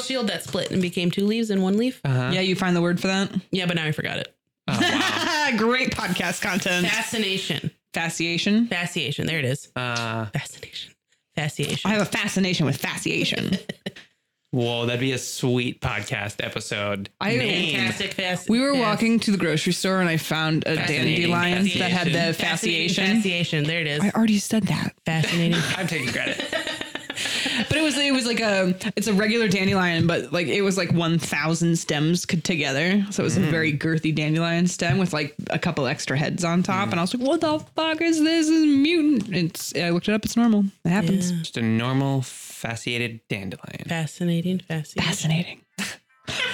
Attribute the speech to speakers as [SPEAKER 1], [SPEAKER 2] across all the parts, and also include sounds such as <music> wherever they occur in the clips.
[SPEAKER 1] shield that split and became two leaves and one leaf.
[SPEAKER 2] Yeah, you find the word for that.
[SPEAKER 1] Yeah, but now I forgot it.
[SPEAKER 3] Oh,
[SPEAKER 2] <laughs>
[SPEAKER 3] wow.
[SPEAKER 2] Great podcast content.
[SPEAKER 1] Fascination.
[SPEAKER 2] Fascination.
[SPEAKER 1] Fascination. There it is.
[SPEAKER 3] Uh,
[SPEAKER 1] Fascination. Fascination.
[SPEAKER 2] Uh-huh. I have a fascination with
[SPEAKER 3] <laughs>
[SPEAKER 2] fascination.
[SPEAKER 3] whoa, that'd be a sweet podcast episode.
[SPEAKER 2] I
[SPEAKER 1] Fantastic fast.
[SPEAKER 2] we were
[SPEAKER 1] fast-
[SPEAKER 2] walking to the grocery store and I found a
[SPEAKER 1] Fascinating.
[SPEAKER 2] dandelion that had the
[SPEAKER 1] Fascinating
[SPEAKER 2] fascination.
[SPEAKER 1] Fascination. There it is.
[SPEAKER 2] I already said that.
[SPEAKER 1] Fascinating.
[SPEAKER 3] I'm taking credit.
[SPEAKER 2] <laughs> But it was it was like a it's a regular dandelion, but like it was like one thousand stems could together. So it
[SPEAKER 3] Mm.
[SPEAKER 2] was a very girthy dandelion stem with like a couple extra heads on
[SPEAKER 3] Mm.
[SPEAKER 2] top. And I was like, "What the fuck is this? This is mutant?" It's I looked it up. It's normal. It happens.
[SPEAKER 3] Just a normal fasciated dandelion.
[SPEAKER 1] Fascinating. Fascinating.
[SPEAKER 2] Fascinating.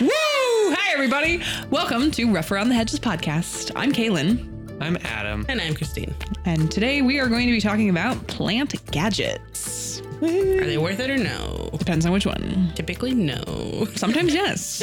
[SPEAKER 2] Woo! Hi everybody. Welcome to Rough Around the Hedges podcast. I'm Kaylin,
[SPEAKER 3] I'm Adam.
[SPEAKER 1] And I'm Christine.
[SPEAKER 2] and today we are going to be talking about plant gadgets.
[SPEAKER 1] Are they worth it or no?
[SPEAKER 2] Depends on which one.
[SPEAKER 1] Typically, no.
[SPEAKER 2] Sometimes <laughs> yes.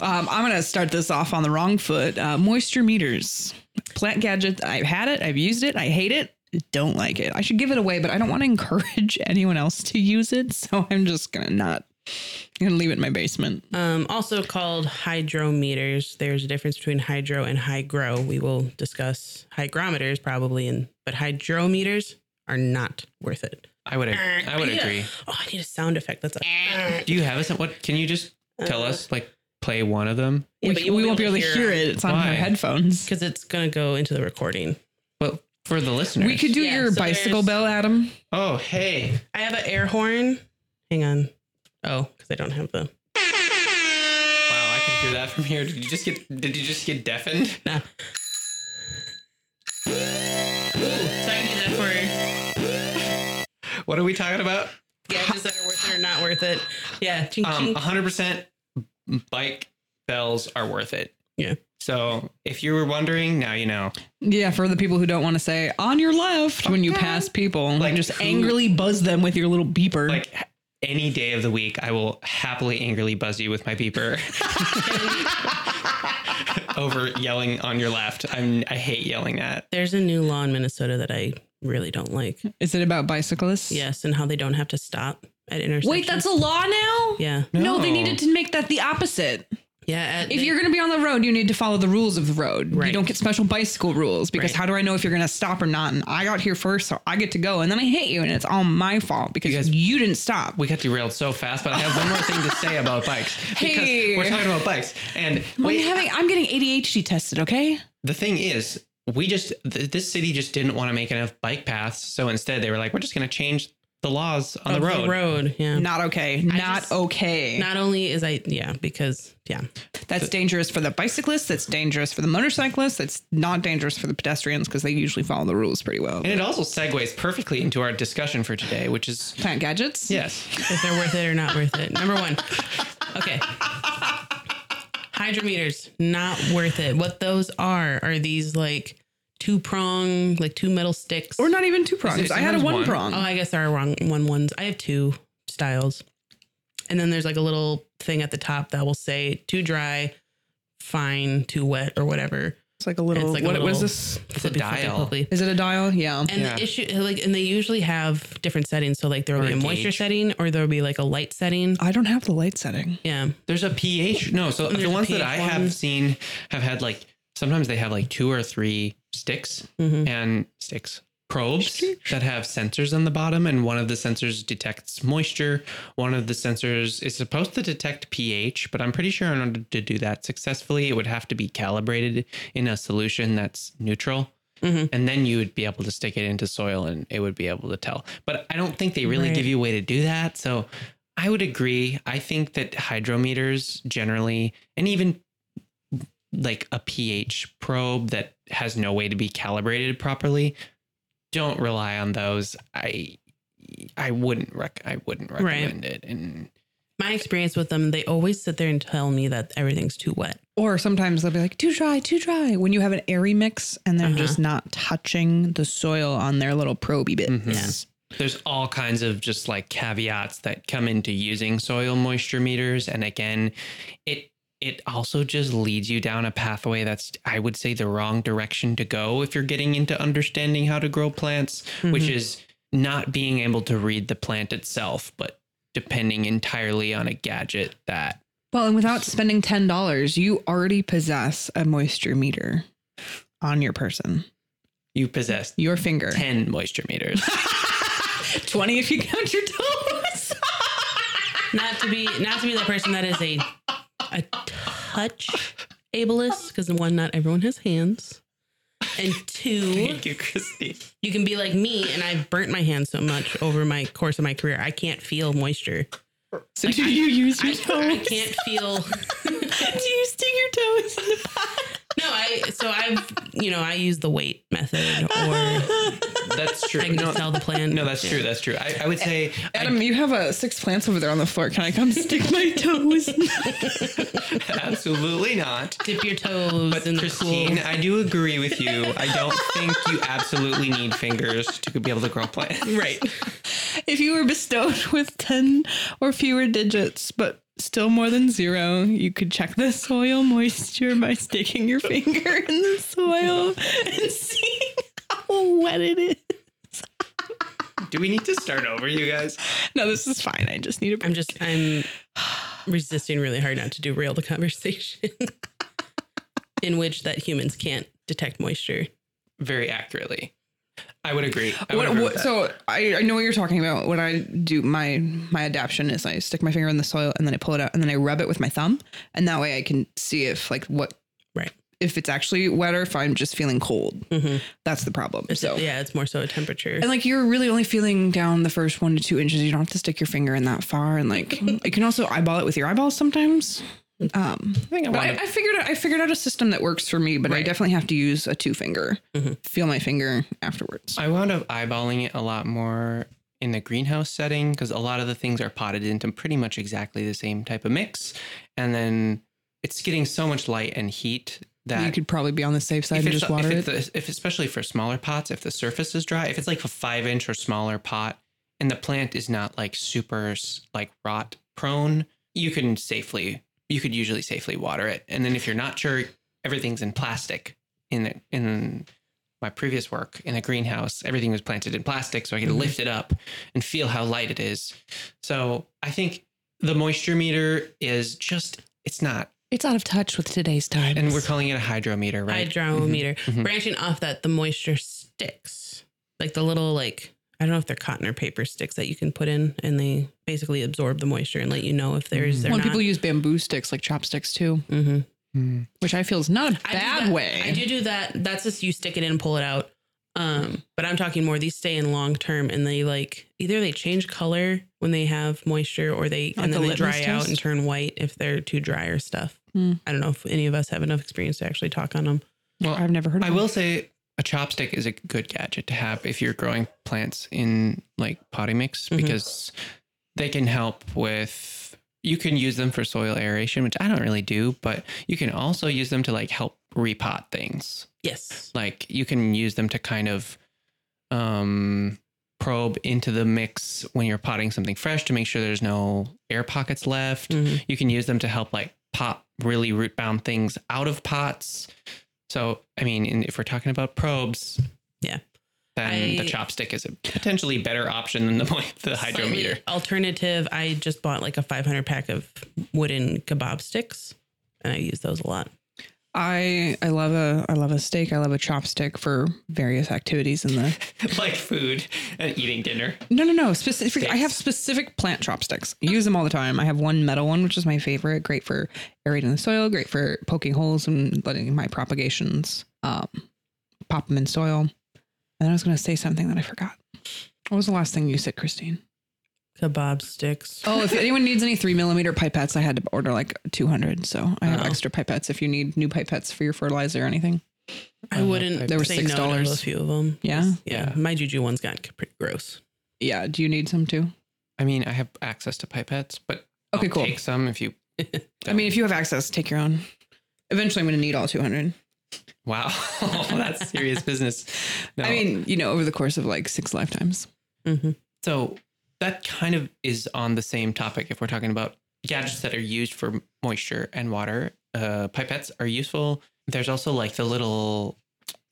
[SPEAKER 2] Um, I'm going to start this off on the wrong foot. Uh, moisture meters, plant gadget. I've had it. I've used it. I hate it. Don't like it. I should give it away, but I don't want to <laughs> encourage anyone else to use it. So I'm just going to not. I'm going to leave it in my basement.
[SPEAKER 1] Um, also called hydrometers. There's a difference between hydro and hygro. We will discuss hygrometers probably, and but hydrometers are not worth it.
[SPEAKER 3] I would ag- I would
[SPEAKER 1] need a-
[SPEAKER 2] <laughs>
[SPEAKER 3] agree.
[SPEAKER 1] oh, I need a sound effect. That's
[SPEAKER 2] Eh.
[SPEAKER 1] a,
[SPEAKER 3] Do you have a sen- what? Can you just tell us like play one of them?
[SPEAKER 1] Yeah, but
[SPEAKER 2] we,
[SPEAKER 1] you
[SPEAKER 2] we won't be able to hear it. It's on
[SPEAKER 3] Why?
[SPEAKER 2] her headphones.
[SPEAKER 1] because it's gonna go into the recording.
[SPEAKER 3] But for the listeners,
[SPEAKER 2] We could do
[SPEAKER 1] Yeah,
[SPEAKER 2] your
[SPEAKER 1] so
[SPEAKER 2] bicycle
[SPEAKER 1] there's-
[SPEAKER 2] bell, Adam.
[SPEAKER 3] Oh hey,
[SPEAKER 1] I have an air horn. Hang on. Oh, because I don't have the.
[SPEAKER 3] wow! I can hear that from here. Did you just get Did you just get deafened? <laughs>
[SPEAKER 1] Nah. So I can do that for
[SPEAKER 3] What are we talking about?
[SPEAKER 1] gadgets that are worth it or not worth it. Yeah. Ching,
[SPEAKER 3] Um,
[SPEAKER 1] ching.
[SPEAKER 2] uh,
[SPEAKER 3] 100% bike bells are worth it.
[SPEAKER 1] Yeah.
[SPEAKER 3] So if you were wondering, now you know.
[SPEAKER 2] Yeah, for the people who don't want to say on your left when you pass people, like
[SPEAKER 3] Like
[SPEAKER 2] just
[SPEAKER 3] who-
[SPEAKER 2] angrily buzz them with your little beeper.
[SPEAKER 3] Like h- any day of the week, I will happily angrily buzz you with my beeper <laughs> over yelling on your left. I'm I hate yelling that.
[SPEAKER 1] There's a new law in Minnesota that I really don't like.
[SPEAKER 2] Is it about bicyclists?
[SPEAKER 1] Yes, and how they don't have to stop at intersections.
[SPEAKER 2] Wait, that's a law now?
[SPEAKER 1] yeah,
[SPEAKER 2] No, they
[SPEAKER 3] No.
[SPEAKER 2] needed to make that the opposite.
[SPEAKER 1] yeah. at-
[SPEAKER 2] If
[SPEAKER 1] they-
[SPEAKER 2] you're going to be on the road, you need to follow the rules of the road. You
[SPEAKER 1] Right.
[SPEAKER 2] don't get special bicycle rules because
[SPEAKER 1] Right.
[SPEAKER 2] how do I know if you're going to stop or not? And I got here first, so I get to go, and then I hit you, and it's all my fault because you,
[SPEAKER 3] guys-
[SPEAKER 2] didn't stop.
[SPEAKER 3] We got derailed so fast, but I have one more thing to say about bikes because
[SPEAKER 2] Hey.
[SPEAKER 3] we're talking about bikes. And
[SPEAKER 2] I'm
[SPEAKER 3] wait,
[SPEAKER 2] having, I'm getting ADHD tested. Okay,
[SPEAKER 3] the thing is, we just th- this city just didn't want to make enough bike paths, so instead they were like, we're just going to change the laws on
[SPEAKER 1] Of
[SPEAKER 3] the road.
[SPEAKER 1] The road. Yeah. Not,
[SPEAKER 2] not okay, not
[SPEAKER 1] just-
[SPEAKER 2] okay.
[SPEAKER 1] only is I yeah because yeah
[SPEAKER 2] that's dangerous for the bicyclist. That's dangerous for the motorcyclist. That's not dangerous for the pedestrians because they usually follow the rules pretty well.
[SPEAKER 3] And it also segues perfectly into our discussion for today, which is
[SPEAKER 2] Plant gadgets.
[SPEAKER 3] yes,
[SPEAKER 1] if they're worth it or not worth it. Number one. Okay. Hydrometers not worth it. What those are are these like two prong like two metal sticks
[SPEAKER 2] Or not even two prongs.
[SPEAKER 3] it
[SPEAKER 2] I had a
[SPEAKER 3] sometimes
[SPEAKER 2] one,
[SPEAKER 3] one?
[SPEAKER 2] prong.
[SPEAKER 1] Oh, I guess there are wrong one ones. I have two styles. And then there's like a little thing at the top that will say too dry, fine, too wet, or whatever.
[SPEAKER 2] it's like a little.
[SPEAKER 1] It's like a
[SPEAKER 2] what was
[SPEAKER 1] little-
[SPEAKER 2] this?
[SPEAKER 3] It's a
[SPEAKER 1] Flippy, flippy,
[SPEAKER 3] dial.
[SPEAKER 1] flippy.
[SPEAKER 2] Is it a dial? Yeah.
[SPEAKER 1] And
[SPEAKER 3] Yeah.
[SPEAKER 1] the issue, like, and they usually have different settings. So, like, there will
[SPEAKER 3] Or
[SPEAKER 1] be a
[SPEAKER 3] a
[SPEAKER 1] moisture
[SPEAKER 3] gauge.
[SPEAKER 1] setting, or there will be like a light setting.
[SPEAKER 2] I don't have the light setting.
[SPEAKER 1] Yeah,
[SPEAKER 3] there's a pH. No, so
[SPEAKER 1] There's
[SPEAKER 3] the
[SPEAKER 1] a
[SPEAKER 3] ones that
[SPEAKER 1] pH
[SPEAKER 3] I have
[SPEAKER 1] ones.
[SPEAKER 3] seen have had like sometimes they have like two or three sticks
[SPEAKER 1] Mhm.
[SPEAKER 3] and sticks probes that have sensors on the bottom, and one of the sensors detects moisture. One of the sensors is supposed to detect pH, but I'm pretty sure in order to do that successfully, it would have to be calibrated in a solution that's neutral.
[SPEAKER 1] Mhm.
[SPEAKER 3] And then you would be able to stick it into soil and it would be able to tell. But I don't think they really
[SPEAKER 1] Right.
[SPEAKER 3] give you a way to do that. So I would agree. I think that hydrometers generally, and even like a pH probe that has no way to be calibrated properly, don't rely on those. I I wouldn't rec- I wouldn't
[SPEAKER 1] Right.
[SPEAKER 3] recommend it. And
[SPEAKER 1] my experience with them, they always sit there and tell me that everything's too wet.
[SPEAKER 2] Or sometimes they'll be like, too dry, too dry. When you have an airy mix and they're
[SPEAKER 1] Uh-huh.
[SPEAKER 2] just not touching the soil on their little probey bits.
[SPEAKER 1] Mm-hmm.
[SPEAKER 3] Mhm. there's all kinds of just like caveats that come into using soil moisture meters and again it it also just leads you down a pathway that's i would say the wrong direction to go if you're getting into
[SPEAKER 1] Mm-hmm.
[SPEAKER 3] understanding how to grow plants which is not being able to read the plant itself but depending entirely on a gadget that
[SPEAKER 2] Well, and without spending ten dollars, you already possess a moisture meter on your person,
[SPEAKER 3] you possess
[SPEAKER 2] your finger.
[SPEAKER 3] 10 moisture
[SPEAKER 1] <laughs>
[SPEAKER 3] meters.
[SPEAKER 2] Twenty if you count your toes.
[SPEAKER 1] <laughs> Not to be not to be that person that is a a touch ableist because one, not everyone has hands, and two,
[SPEAKER 3] Thank you, Christy.
[SPEAKER 1] you can be like me and I've burnt my hands so much over my course of my career. I can't feel moisture.
[SPEAKER 2] so do you use
[SPEAKER 1] I,
[SPEAKER 2] your
[SPEAKER 1] I
[SPEAKER 2] toes?
[SPEAKER 1] can't feel. <laughs>
[SPEAKER 2] do you stick your toes in the
[SPEAKER 1] No, I so I've you know I use the weight method or.
[SPEAKER 3] That's true.
[SPEAKER 1] I can
[SPEAKER 3] No,
[SPEAKER 1] just tell the plan.
[SPEAKER 3] no, that's true. That's true. I, I would say
[SPEAKER 2] Adam, you have uh, six plants over there on the floor. Can I come stick <laughs> my
[SPEAKER 3] <laughs>
[SPEAKER 2] toes?
[SPEAKER 3] <laughs> absolutely not.
[SPEAKER 1] Dip your toes
[SPEAKER 3] But
[SPEAKER 1] in the
[SPEAKER 3] Christine,
[SPEAKER 1] cool.
[SPEAKER 3] I do agree with you. I don't think you absolutely need fingers to be able to grow plants.
[SPEAKER 1] Right.
[SPEAKER 2] if you were bestowed with 10 or fewer digits, but still more than zero, you could check the soil moisture by sticking your finger in the soil and seeing how wet it is.
[SPEAKER 3] Do we need to start over, you guys?
[SPEAKER 2] No, this is fine. I just need a
[SPEAKER 1] I'm just I'm resisting really hard not to derail the conversation <laughs> in which that humans can't detect moisture.
[SPEAKER 3] Very accurately. I would agree. I would
[SPEAKER 2] What,
[SPEAKER 3] agree
[SPEAKER 2] what,
[SPEAKER 3] with that.
[SPEAKER 2] so I, I know what you're talking about. What I do my my adaption is I stick my finger in the soil and then I pull it out and then I rub it with my thumb and that way I can see if like what
[SPEAKER 1] Right.
[SPEAKER 2] if it's actually wet or if I'm just feeling cold.
[SPEAKER 1] Mhm.
[SPEAKER 2] That's the problem.
[SPEAKER 1] It's-
[SPEAKER 2] so
[SPEAKER 1] yeah, it's more so a temperature.
[SPEAKER 2] and like you're really only feeling down the first one to two inches. You don't have to stick your finger in that far and like you can also eyeball it with your eyeballs sometimes. Um, I think I, but I,
[SPEAKER 3] wanna-
[SPEAKER 2] I figured out, I figured out a system that works for me, but I
[SPEAKER 3] Right.
[SPEAKER 2] definitely have to use a two finger.
[SPEAKER 1] Mhm.
[SPEAKER 2] Feel my finger afterwards.
[SPEAKER 3] I wound up eyeballing it a lot more in the greenhouse setting because a lot of the things are potted into pretty much exactly the same type of mix. And then it's getting so much light and heat that
[SPEAKER 2] you could probably be on the safe side
[SPEAKER 3] if
[SPEAKER 2] and
[SPEAKER 3] it's-
[SPEAKER 2] just water
[SPEAKER 3] if
[SPEAKER 2] it.
[SPEAKER 3] it's the- if especially for smaller pots, if the surface is dry, if it's like a five inch or smaller pot, and the plant is not like super s- like rot prone, you can safely you could usually safely water it. And then if you're not sure, everything's in plastic. In the in my previous work in a greenhouse, everything was planted in plastic, so I could
[SPEAKER 2] Mm-hmm.
[SPEAKER 1] Mhm.
[SPEAKER 3] lift it up and feel how light it is. So I think the moisture meter is just it's not,
[SPEAKER 2] It's out of touch with today's time.
[SPEAKER 3] and we're calling it a hydrometer, right?
[SPEAKER 1] Hydrometer.
[SPEAKER 3] Mhm.
[SPEAKER 1] Branching off that, the moisture sticks. Like the little like I don't know if they're cotton or paper sticks that you can put in and they basically absorb the moisture and let you know if there's
[SPEAKER 3] Mm.
[SPEAKER 1] they're
[SPEAKER 2] when
[SPEAKER 1] not.
[SPEAKER 2] people use bamboo sticks like chopsticks too,
[SPEAKER 1] Mhm.
[SPEAKER 3] Mhm.
[SPEAKER 2] which I feel is not a
[SPEAKER 1] I do
[SPEAKER 2] bad
[SPEAKER 1] that-
[SPEAKER 2] way.
[SPEAKER 1] I do do that. That's just you stick it in and pull it out. Um, but I'm talking more these stay in long term and they like either they change color when they have moisture or they
[SPEAKER 2] Like
[SPEAKER 1] and then
[SPEAKER 2] the
[SPEAKER 1] they dry
[SPEAKER 2] litmus
[SPEAKER 1] out
[SPEAKER 2] test?
[SPEAKER 1] and turn white if they're too dry or stuff.
[SPEAKER 2] Hmm.
[SPEAKER 1] I don't know if any of us have enough experience to actually talk on them.
[SPEAKER 3] Well,
[SPEAKER 2] I've never heard. Of
[SPEAKER 3] I
[SPEAKER 2] it.
[SPEAKER 3] will say a chopstick is a good gadget to have if you're growing plants in like potty mix
[SPEAKER 1] Mhm.
[SPEAKER 3] because they can help with you can use them for soil aeration, which I don't really do, but you can also use them to like help repot things.
[SPEAKER 1] Yes.
[SPEAKER 3] Like you can use them to kind of um probe into the mix when you're potting something fresh to make sure there's no air pockets left
[SPEAKER 1] Mhm.
[SPEAKER 3] you can use them to help like pop really root bound things out of pots. So, I mean, and if we're talking about probes,
[SPEAKER 1] Yeah.
[SPEAKER 3] then
[SPEAKER 1] I-
[SPEAKER 3] the chopstick is a potentially better option than the mo- the hydrometer. <laughs>
[SPEAKER 1] Slightly Alternative, I just bought like a 500 pack of wooden kebab sticks and I use those a lot.
[SPEAKER 2] I I love a I love a steak. I love a chopstick for various activities in the.
[SPEAKER 3] like food and eating dinner.
[SPEAKER 2] No, no, no. Specific. I
[SPEAKER 3] Steaks.
[SPEAKER 2] have specific plant chopsticks. I use them all the time. I have one metal one, which is my favorite. Great for aerating the soil. Great for poking holes and letting my propagations um, pop them in soil. And then I was going to say something that I forgot. What was the last thing you said, Christine?
[SPEAKER 1] Kebab sticks.
[SPEAKER 2] Oh, if anyone needs any three millimeter pipettes, I had to order like 200. So I have
[SPEAKER 1] Oh.
[SPEAKER 2] extra pipettes if you need new pipettes for your fertilizer or anything.
[SPEAKER 1] I wouldn't
[SPEAKER 2] They were
[SPEAKER 1] say no
[SPEAKER 2] $6.
[SPEAKER 1] to a few of them.
[SPEAKER 2] Yeah?
[SPEAKER 1] Just- Yeah.
[SPEAKER 3] Yeah.
[SPEAKER 1] My juju one's gotten pretty gross.
[SPEAKER 2] Yeah. Do you need some too?
[SPEAKER 3] I mean, I have access to pipettes, but
[SPEAKER 2] Okay,
[SPEAKER 3] I'll
[SPEAKER 2] cool.
[SPEAKER 3] Take some if you.
[SPEAKER 2] I mean, if you have access, take your own. Eventually, I'm going to need all 200.
[SPEAKER 3] wow, <laughs> that's serious business. No.
[SPEAKER 2] I mean, you know, over the course of like six lifetimes.
[SPEAKER 1] hmm
[SPEAKER 3] So that kind of is on the same topic if we're talking about gadgets that are used for moisture and water. Uh, pipettes are useful. There's also like the little.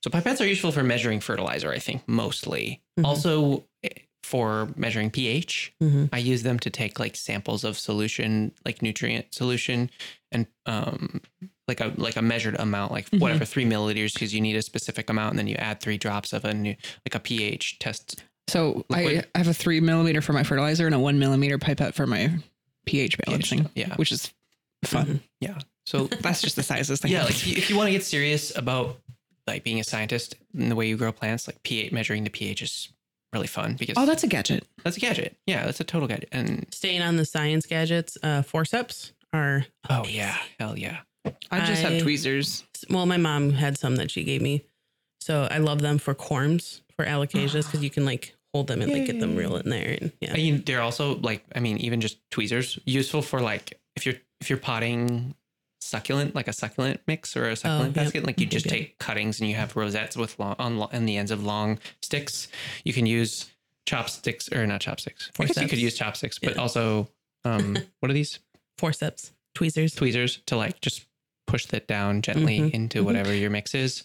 [SPEAKER 3] So pipettes are useful for measuring fertilizer, I think, mostly.
[SPEAKER 1] Mhm.
[SPEAKER 3] Also, eh, for measuring pH.
[SPEAKER 1] Mm-hmm.
[SPEAKER 3] I use them to take like samples of solution, like nutrient solution, and um, like a like a measured amount, like
[SPEAKER 2] Mhm.
[SPEAKER 3] whatever three milliliters, because you need a specific amount, and then you add three drops of a new like a pH test.
[SPEAKER 2] So I,
[SPEAKER 3] Liquid.
[SPEAKER 2] I have a three millimeter for my fertilizer and a one millimeter pipette for my pH balancing,
[SPEAKER 3] yeah.
[SPEAKER 2] which is fun.
[SPEAKER 3] So
[SPEAKER 2] That's just the sizes thing.
[SPEAKER 3] Mm-hmm. yeah, like if you, if you want to get serious about like being a scientist and the way you grow plants, like pH measuring the pH is really fun because
[SPEAKER 2] oh, that's a gadget.
[SPEAKER 3] that's a gadget. Yeah, that's a total gadget. And
[SPEAKER 1] Staying on the science gadgets, uh, forceps are
[SPEAKER 3] oh yeah, hell yeah.
[SPEAKER 2] I just
[SPEAKER 1] I-
[SPEAKER 2] have tweezers.
[SPEAKER 1] well, my mom had some that she gave me, so I love them for corms for alocasias because you can like hold them and like get them
[SPEAKER 3] Yay.
[SPEAKER 1] real in there and yeah.
[SPEAKER 3] I mean, they're also like, I mean, even just tweezers useful for like if you're if you're potting succulent, like a succulent mix or a succulent
[SPEAKER 1] yep.
[SPEAKER 3] basket, like you just
[SPEAKER 1] Oh, Yeah.
[SPEAKER 3] take cuttings and you have rosettes with long on, lo- on the ends of long sticks. You can use chopsticks or not chopsticks. I guess you
[SPEAKER 1] Forceps.
[SPEAKER 3] could use chopsticks, but
[SPEAKER 1] Yeah.
[SPEAKER 3] also um,
[SPEAKER 1] <laughs>
[SPEAKER 3] what are these
[SPEAKER 1] Forceps, tweezers.
[SPEAKER 3] tweezers to like just push that down gently
[SPEAKER 1] Mhm.
[SPEAKER 3] into
[SPEAKER 2] Mhm.
[SPEAKER 3] whatever your mix is.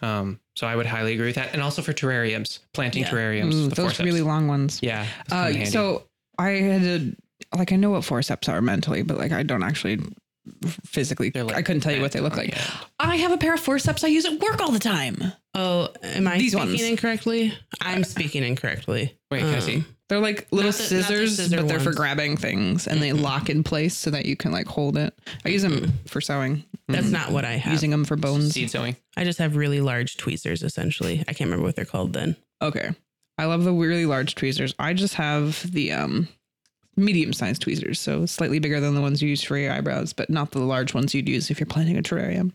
[SPEAKER 3] Um, so I would highly agree with that, and also for terrariums, planting
[SPEAKER 1] Yeah.
[SPEAKER 3] terrariums,
[SPEAKER 2] Ooh, Mm,
[SPEAKER 3] the
[SPEAKER 2] those
[SPEAKER 3] forceps.
[SPEAKER 2] really long ones.
[SPEAKER 3] yeah. it's come
[SPEAKER 2] Uh,
[SPEAKER 3] in handy.
[SPEAKER 2] so I had to, like, I know what forceps are mentally, but like, I don't actually physically,
[SPEAKER 3] They're, like,
[SPEAKER 2] I couldn't tell you what they look
[SPEAKER 3] on
[SPEAKER 2] like.
[SPEAKER 3] the end.
[SPEAKER 2] I have a pair of forceps I use at work all the time.
[SPEAKER 1] Oh, am I
[SPEAKER 2] These
[SPEAKER 1] speaking
[SPEAKER 2] ones.
[SPEAKER 1] incorrectly? I'm speaking incorrectly.
[SPEAKER 3] Wait,
[SPEAKER 2] Uh,
[SPEAKER 3] can I see?
[SPEAKER 1] Um,
[SPEAKER 2] They're like little
[SPEAKER 1] Not the- not the
[SPEAKER 2] scissors,
[SPEAKER 1] scissor
[SPEAKER 2] but they're for
[SPEAKER 1] ones.
[SPEAKER 2] grabbing things and they
[SPEAKER 3] Mhm.
[SPEAKER 2] lock in place so that you can like hold it. I use them for sewing,
[SPEAKER 1] That's not what I have.
[SPEAKER 2] using them for bones.
[SPEAKER 3] seed sowing.
[SPEAKER 1] I just have really large tweezers, essentially. I can't remember what they're called then.
[SPEAKER 2] Okay. I love the really large tweezers. I just have the um medium sized tweezers, so slightly bigger than the ones you use for your eyebrows, but not the large ones you'd use if you're planting a terrarium.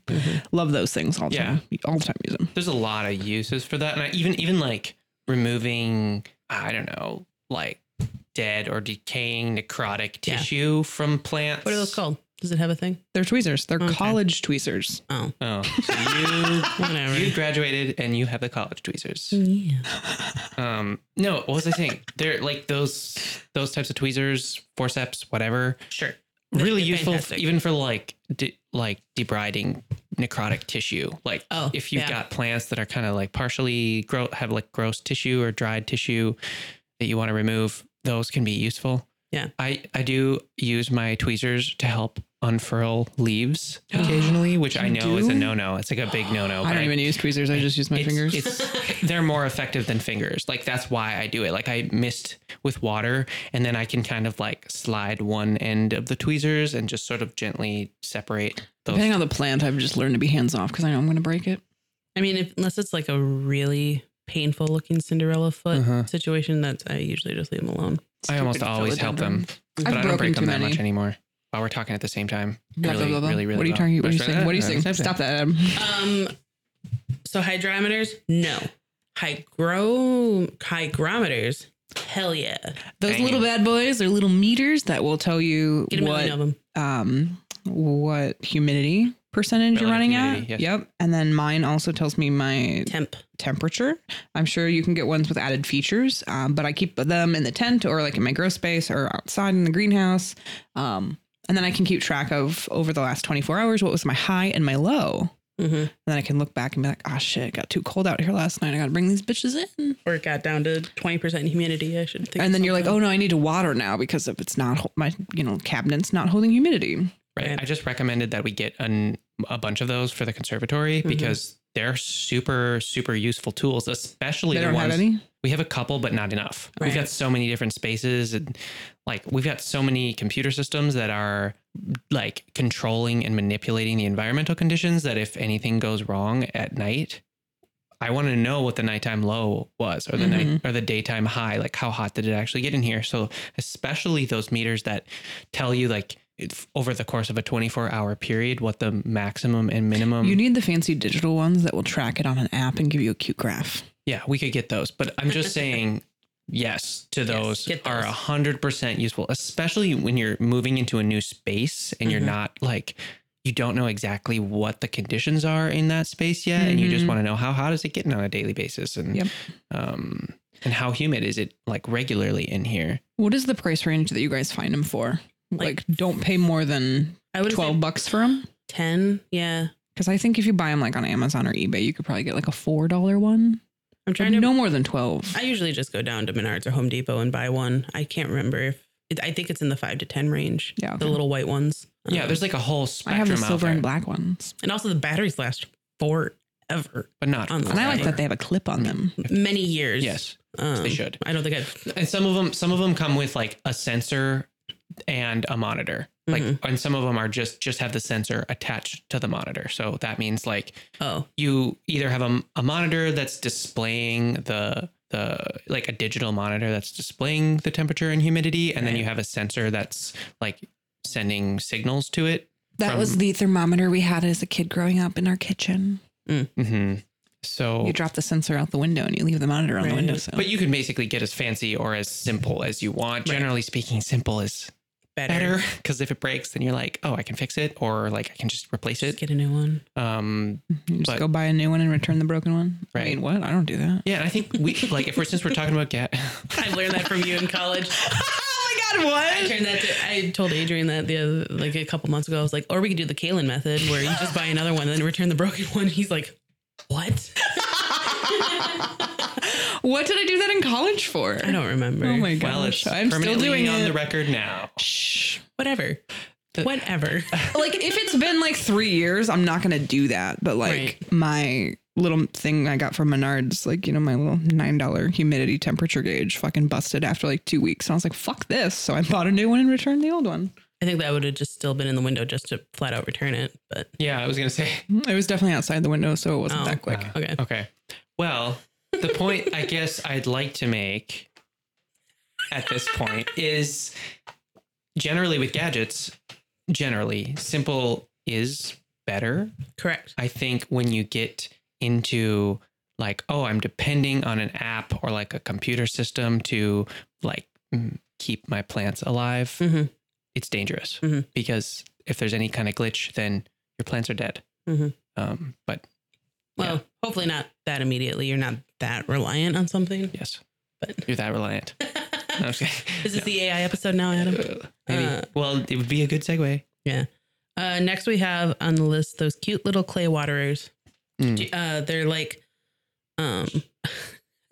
[SPEAKER 2] Love those things all the
[SPEAKER 3] Mm-hmm.
[SPEAKER 2] time.
[SPEAKER 3] Yeah.
[SPEAKER 2] All the time use them.
[SPEAKER 3] There's a lot of uses for that, and I, even even like removing, I don't know, like dead or decaying necrotic
[SPEAKER 1] Yeah.
[SPEAKER 3] tissue from plants.
[SPEAKER 1] What are those called? Does it have a thing?
[SPEAKER 2] They're tweezers. They're
[SPEAKER 1] Okay.
[SPEAKER 2] college tweezers.
[SPEAKER 1] Oh,
[SPEAKER 3] Oh,
[SPEAKER 2] <laughs>
[SPEAKER 3] so
[SPEAKER 1] whatever.
[SPEAKER 3] you you graduated and you have the college tweezers.
[SPEAKER 1] yeah.
[SPEAKER 3] Um, no, what was I saying? They're like those those types of tweezers, forceps, whatever.
[SPEAKER 1] Sure.
[SPEAKER 3] Really
[SPEAKER 1] They're
[SPEAKER 3] useful,
[SPEAKER 1] fantastic.
[SPEAKER 3] even for like de- like debriding necrotic tissue. Like
[SPEAKER 1] Oh,
[SPEAKER 3] if you've
[SPEAKER 1] yeah.
[SPEAKER 3] got plants that are kind of like partially grow have like gross tissue or dried tissue that you want to remove, those can be useful.
[SPEAKER 1] Yeah.
[SPEAKER 3] I I do use my tweezers to help unfurl
[SPEAKER 1] <gasps>
[SPEAKER 3] leaves occasionally, which I
[SPEAKER 2] You
[SPEAKER 3] know is a
[SPEAKER 2] do?
[SPEAKER 3] no no. It's like a big no no.
[SPEAKER 2] I don't even use tweezers. I just use my
[SPEAKER 3] It's-
[SPEAKER 2] fingers.
[SPEAKER 3] It's, they're more effective than fingers. Like that's why I do it. Like I mist with water, and then I can kind of like slide one end of the tweezers and just sort of gently separate those.
[SPEAKER 2] Depending on the plant, I've just learned to be hands off because I know I'm going to break it.
[SPEAKER 1] I mean, if, unless it's like a really painful looking Cinderella foot
[SPEAKER 3] Uh-huh.
[SPEAKER 1] situation, that's I usually just leave them alone.
[SPEAKER 3] I almost
[SPEAKER 2] Stupid
[SPEAKER 3] always help them, but I don't
[SPEAKER 2] broken
[SPEAKER 3] break
[SPEAKER 2] too
[SPEAKER 3] them that
[SPEAKER 2] many.
[SPEAKER 3] much anymore. While we're talking at the same time,
[SPEAKER 2] Blah, blah,
[SPEAKER 3] really,
[SPEAKER 2] blah, blah.
[SPEAKER 3] really, really.
[SPEAKER 2] what are you
[SPEAKER 3] well.
[SPEAKER 2] talking? What are you
[SPEAKER 3] That's
[SPEAKER 2] saying?
[SPEAKER 3] right.
[SPEAKER 2] What are you
[SPEAKER 3] Uh,
[SPEAKER 2] saying?
[SPEAKER 3] same thing.
[SPEAKER 2] Stop that, Adam.
[SPEAKER 1] Um, so hydrometers, no. Hygro hygrometers, hell yeah.
[SPEAKER 2] Those
[SPEAKER 3] Dang.
[SPEAKER 2] little bad boys are little meters that will tell you
[SPEAKER 1] Get a
[SPEAKER 2] what
[SPEAKER 1] million of them.
[SPEAKER 2] um what humidity percentage you're running
[SPEAKER 3] Relative
[SPEAKER 2] at.
[SPEAKER 3] humidity,
[SPEAKER 2] Yep. And then mine also tells me my
[SPEAKER 1] Temp.
[SPEAKER 2] temperature. I'm sure you can get ones with added features, um, but I keep them in the tent or like in my grow space or outside in the greenhouse. Um, and then I can keep track of over the last 24 hours what was my high and my low.
[SPEAKER 1] hmm
[SPEAKER 2] And then I can look back and be like, oh shit, it got too cold out here last night. I got to bring these bitches in.
[SPEAKER 1] Or it got down to 20% humidity, I should think.
[SPEAKER 2] and then you're like,
[SPEAKER 1] something.
[SPEAKER 2] oh no, I need to water now because if it's not, hol- my, you know, cabinet's not holding humidity.
[SPEAKER 3] Right.
[SPEAKER 1] Right.
[SPEAKER 3] I just recommended that we get an, a bunch of those for the conservatory
[SPEAKER 2] Mm-hmm.
[SPEAKER 1] Mhm.
[SPEAKER 3] because they're super, super useful tools, especially
[SPEAKER 2] They
[SPEAKER 3] the
[SPEAKER 2] don't
[SPEAKER 3] ones
[SPEAKER 2] have any.
[SPEAKER 3] we have a couple, but not enough.
[SPEAKER 1] Right.
[SPEAKER 3] We've got so many different spaces and like we've got so many computer systems that are like controlling and manipulating the environmental conditions that if anything goes wrong at night, I want to know what the nighttime low was or the night or the daytime high, like how hot did it actually get in here? So especially those meters that tell you like if, over the course of a 24 hour period, what the maximum and
[SPEAKER 1] Um,
[SPEAKER 3] minimum.
[SPEAKER 2] You need the fancy digital ones that will track it on an app and give you a cute graph.
[SPEAKER 3] Yeah, we could get those, but I'm just saying yes to those
[SPEAKER 1] get
[SPEAKER 3] are
[SPEAKER 1] those.
[SPEAKER 3] a hundred percent useful, especially when you're moving into a new space
[SPEAKER 2] Mm-hmm.
[SPEAKER 3] and
[SPEAKER 1] Mhm.
[SPEAKER 3] you're not like you don't know exactly what the conditions are in that space yet, and you just
[SPEAKER 2] Mhm.
[SPEAKER 3] want to know how hot is it getting on a daily basis and
[SPEAKER 2] Yep.
[SPEAKER 3] um and how humid is it like regularly in here?
[SPEAKER 2] What is the price range that you guys find them for? Like,
[SPEAKER 1] Like-
[SPEAKER 2] don't pay more than
[SPEAKER 1] I would
[SPEAKER 2] 12
[SPEAKER 1] 12
[SPEAKER 2] bucks for them.
[SPEAKER 1] 10. Yeah.
[SPEAKER 2] Because I think if you buy them like on Amazon or eBay, you could probably get like a $4 one.
[SPEAKER 1] I'm trying to.
[SPEAKER 2] no more than 12.
[SPEAKER 1] I usually just go down to Menards or Home Depot and buy one. I can't remember if it, I think it's in the five to ten range.
[SPEAKER 2] Yeah,
[SPEAKER 1] the
[SPEAKER 2] okay.
[SPEAKER 1] little white ones.
[SPEAKER 3] Yeah,
[SPEAKER 1] Um,
[SPEAKER 3] there's like a whole
[SPEAKER 2] Uh-huh. I
[SPEAKER 3] spectrum
[SPEAKER 2] have the
[SPEAKER 3] out
[SPEAKER 2] silver
[SPEAKER 3] there,
[SPEAKER 2] and black ones.
[SPEAKER 1] and also the batteries last forever,
[SPEAKER 3] but not.
[SPEAKER 1] Unlike-
[SPEAKER 2] And I like
[SPEAKER 1] Right.
[SPEAKER 2] that they have a clip on them.
[SPEAKER 1] many years.
[SPEAKER 3] Yes,
[SPEAKER 1] um,
[SPEAKER 3] they should.
[SPEAKER 1] I don't think I've.
[SPEAKER 3] and some of them, some of them come with like a sensor and a monitor. Like,
[SPEAKER 1] Mhm.
[SPEAKER 3] and some of them are just just have the sensor attached to the monitor. So that means like
[SPEAKER 1] Oh,
[SPEAKER 3] you either have a, a monitor that's displaying the the like a digital monitor that's displaying the temperature and humidity, and then
[SPEAKER 1] Right.
[SPEAKER 3] you have a sensor that's like sending signals to it.
[SPEAKER 2] That
[SPEAKER 3] From-
[SPEAKER 2] was the thermometer we had as a kid growing up in our kitchen.
[SPEAKER 3] Mm-hmm. So
[SPEAKER 2] You drop the sensor out the window and you leave the monitor on the
[SPEAKER 1] Right.
[SPEAKER 2] windowsill.
[SPEAKER 3] But you can basically get as fancy or as simple as you want.
[SPEAKER 1] Right.
[SPEAKER 3] Generally speaking, simple is
[SPEAKER 1] better.
[SPEAKER 3] better <laughs> because if it breaks, then you're like, oh, I can fix it, or like I can just replace
[SPEAKER 1] Just
[SPEAKER 3] it.
[SPEAKER 1] get a new one.
[SPEAKER 3] Um,
[SPEAKER 2] You just
[SPEAKER 3] but-
[SPEAKER 2] go buy a new one and return the broken one. I
[SPEAKER 3] Right.
[SPEAKER 2] mean, what? I don't do
[SPEAKER 3] <laughs>
[SPEAKER 2] that.
[SPEAKER 3] yeah, and I think we like if we're since we're talking about <laughs> gas.
[SPEAKER 1] I learned that from you in college.
[SPEAKER 2] oh my
[SPEAKER 1] I
[SPEAKER 2] God, what?
[SPEAKER 1] turned that. To, I told Adrian that the other, like a couple months ago. I was like, or we could do the Kalen method, where you just buy another one, then return the broken one. He's like, what?
[SPEAKER 2] What did I do that in college for?
[SPEAKER 1] I don't remember.
[SPEAKER 2] Oh my
[SPEAKER 3] well,
[SPEAKER 2] gosh.
[SPEAKER 3] it's
[SPEAKER 2] I'm still
[SPEAKER 3] permanently
[SPEAKER 2] doing
[SPEAKER 3] on
[SPEAKER 2] it.
[SPEAKER 3] the record now.
[SPEAKER 2] Shh.
[SPEAKER 1] Whatever. Whatever.
[SPEAKER 2] like if it's been like three years, I'm not gonna do that. But like
[SPEAKER 1] Right.
[SPEAKER 2] my little thing I got from Menards, like you know my little nine dollar humidity temperature gauge, fucking busted after like two weeks, and I was like, fuck this. So I bought a new one and returned the old one.
[SPEAKER 1] I think that would have just still been in the window just to flat out return it. But
[SPEAKER 3] Yeah, I was gonna say. <laughs>
[SPEAKER 2] Mm-hmm. It was definitely outside the window, so it wasn't
[SPEAKER 1] Oh.
[SPEAKER 2] that quick.
[SPEAKER 1] okay.
[SPEAKER 3] Okay. Well, the point I guess I'd like to make at this point is generally with gadgets, generally simple is better.
[SPEAKER 1] Correct.
[SPEAKER 3] I think when you get into like, oh, I'm depending on an app or like a computer system to like mm, keep my plants alive,
[SPEAKER 1] Mhm.
[SPEAKER 3] it's dangerous
[SPEAKER 1] Mhm.
[SPEAKER 3] because if there's any kind of glitch, then your plants are dead.
[SPEAKER 1] Mhm.
[SPEAKER 3] Um, but
[SPEAKER 1] Well, hopefully not that immediately. You're not that reliant on
[SPEAKER 3] <laughs>
[SPEAKER 1] something.
[SPEAKER 3] yes,
[SPEAKER 1] But-
[SPEAKER 3] you're that reliant. No, I'm just kidding.
[SPEAKER 1] Is <laughs> this
[SPEAKER 3] No.
[SPEAKER 1] the AI episode now, Adam?
[SPEAKER 3] Uh, Maybe.
[SPEAKER 1] Uh,
[SPEAKER 3] well, it would be a good segue.
[SPEAKER 1] Uh, next, we have on the list those cute little clay waterers.
[SPEAKER 3] Mm.
[SPEAKER 1] Do- Uh, they're like, um, <laughs>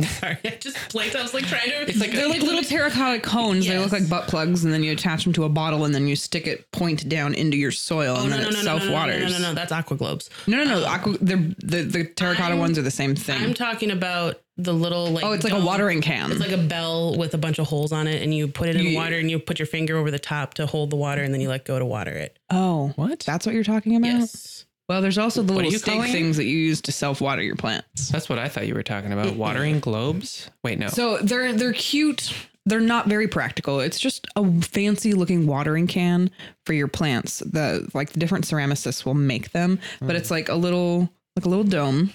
[SPEAKER 1] sorry, I just blanked. I was like trying to.
[SPEAKER 3] It's like
[SPEAKER 2] They're like little terracotta cones. They look
[SPEAKER 1] Yes.
[SPEAKER 2] like butt plugs, and then you attach them to a bottle, and then you stick it point down into your soil,
[SPEAKER 1] Oh
[SPEAKER 2] and
[SPEAKER 1] no
[SPEAKER 2] then
[SPEAKER 1] no
[SPEAKER 2] it
[SPEAKER 1] no no, no
[SPEAKER 2] self
[SPEAKER 1] no no
[SPEAKER 2] waters.
[SPEAKER 1] no no! That's aqua globes.
[SPEAKER 2] no, no, no. Aqua, they're, the the terracotta
[SPEAKER 1] I'm-
[SPEAKER 2] ones are the same
[SPEAKER 1] I'm
[SPEAKER 2] thing.
[SPEAKER 1] talking about the little like.
[SPEAKER 2] oh, it's like a
[SPEAKER 1] dome.
[SPEAKER 2] watering can.
[SPEAKER 1] It's like a bell with a bunch of holes on it, and you put it in
[SPEAKER 2] Yeah.
[SPEAKER 1] water, and you put your finger over the top to hold the water, and then you let go to water it.
[SPEAKER 2] oh,
[SPEAKER 3] What?
[SPEAKER 2] That's what you're talking about?
[SPEAKER 1] Yes.
[SPEAKER 2] Well, there's also the
[SPEAKER 3] What are
[SPEAKER 2] little
[SPEAKER 3] you
[SPEAKER 2] stick
[SPEAKER 3] calling it?
[SPEAKER 2] things that you use to self water your plants.
[SPEAKER 3] That's what I thought you were talking about. Watering globes? Wait, no.
[SPEAKER 2] So they're they're cute. They're not very practical. It's just a fancy looking watering can for your plants. The like the different ceramicists will make them, but
[SPEAKER 3] Mm.
[SPEAKER 2] it's like a little like a little dome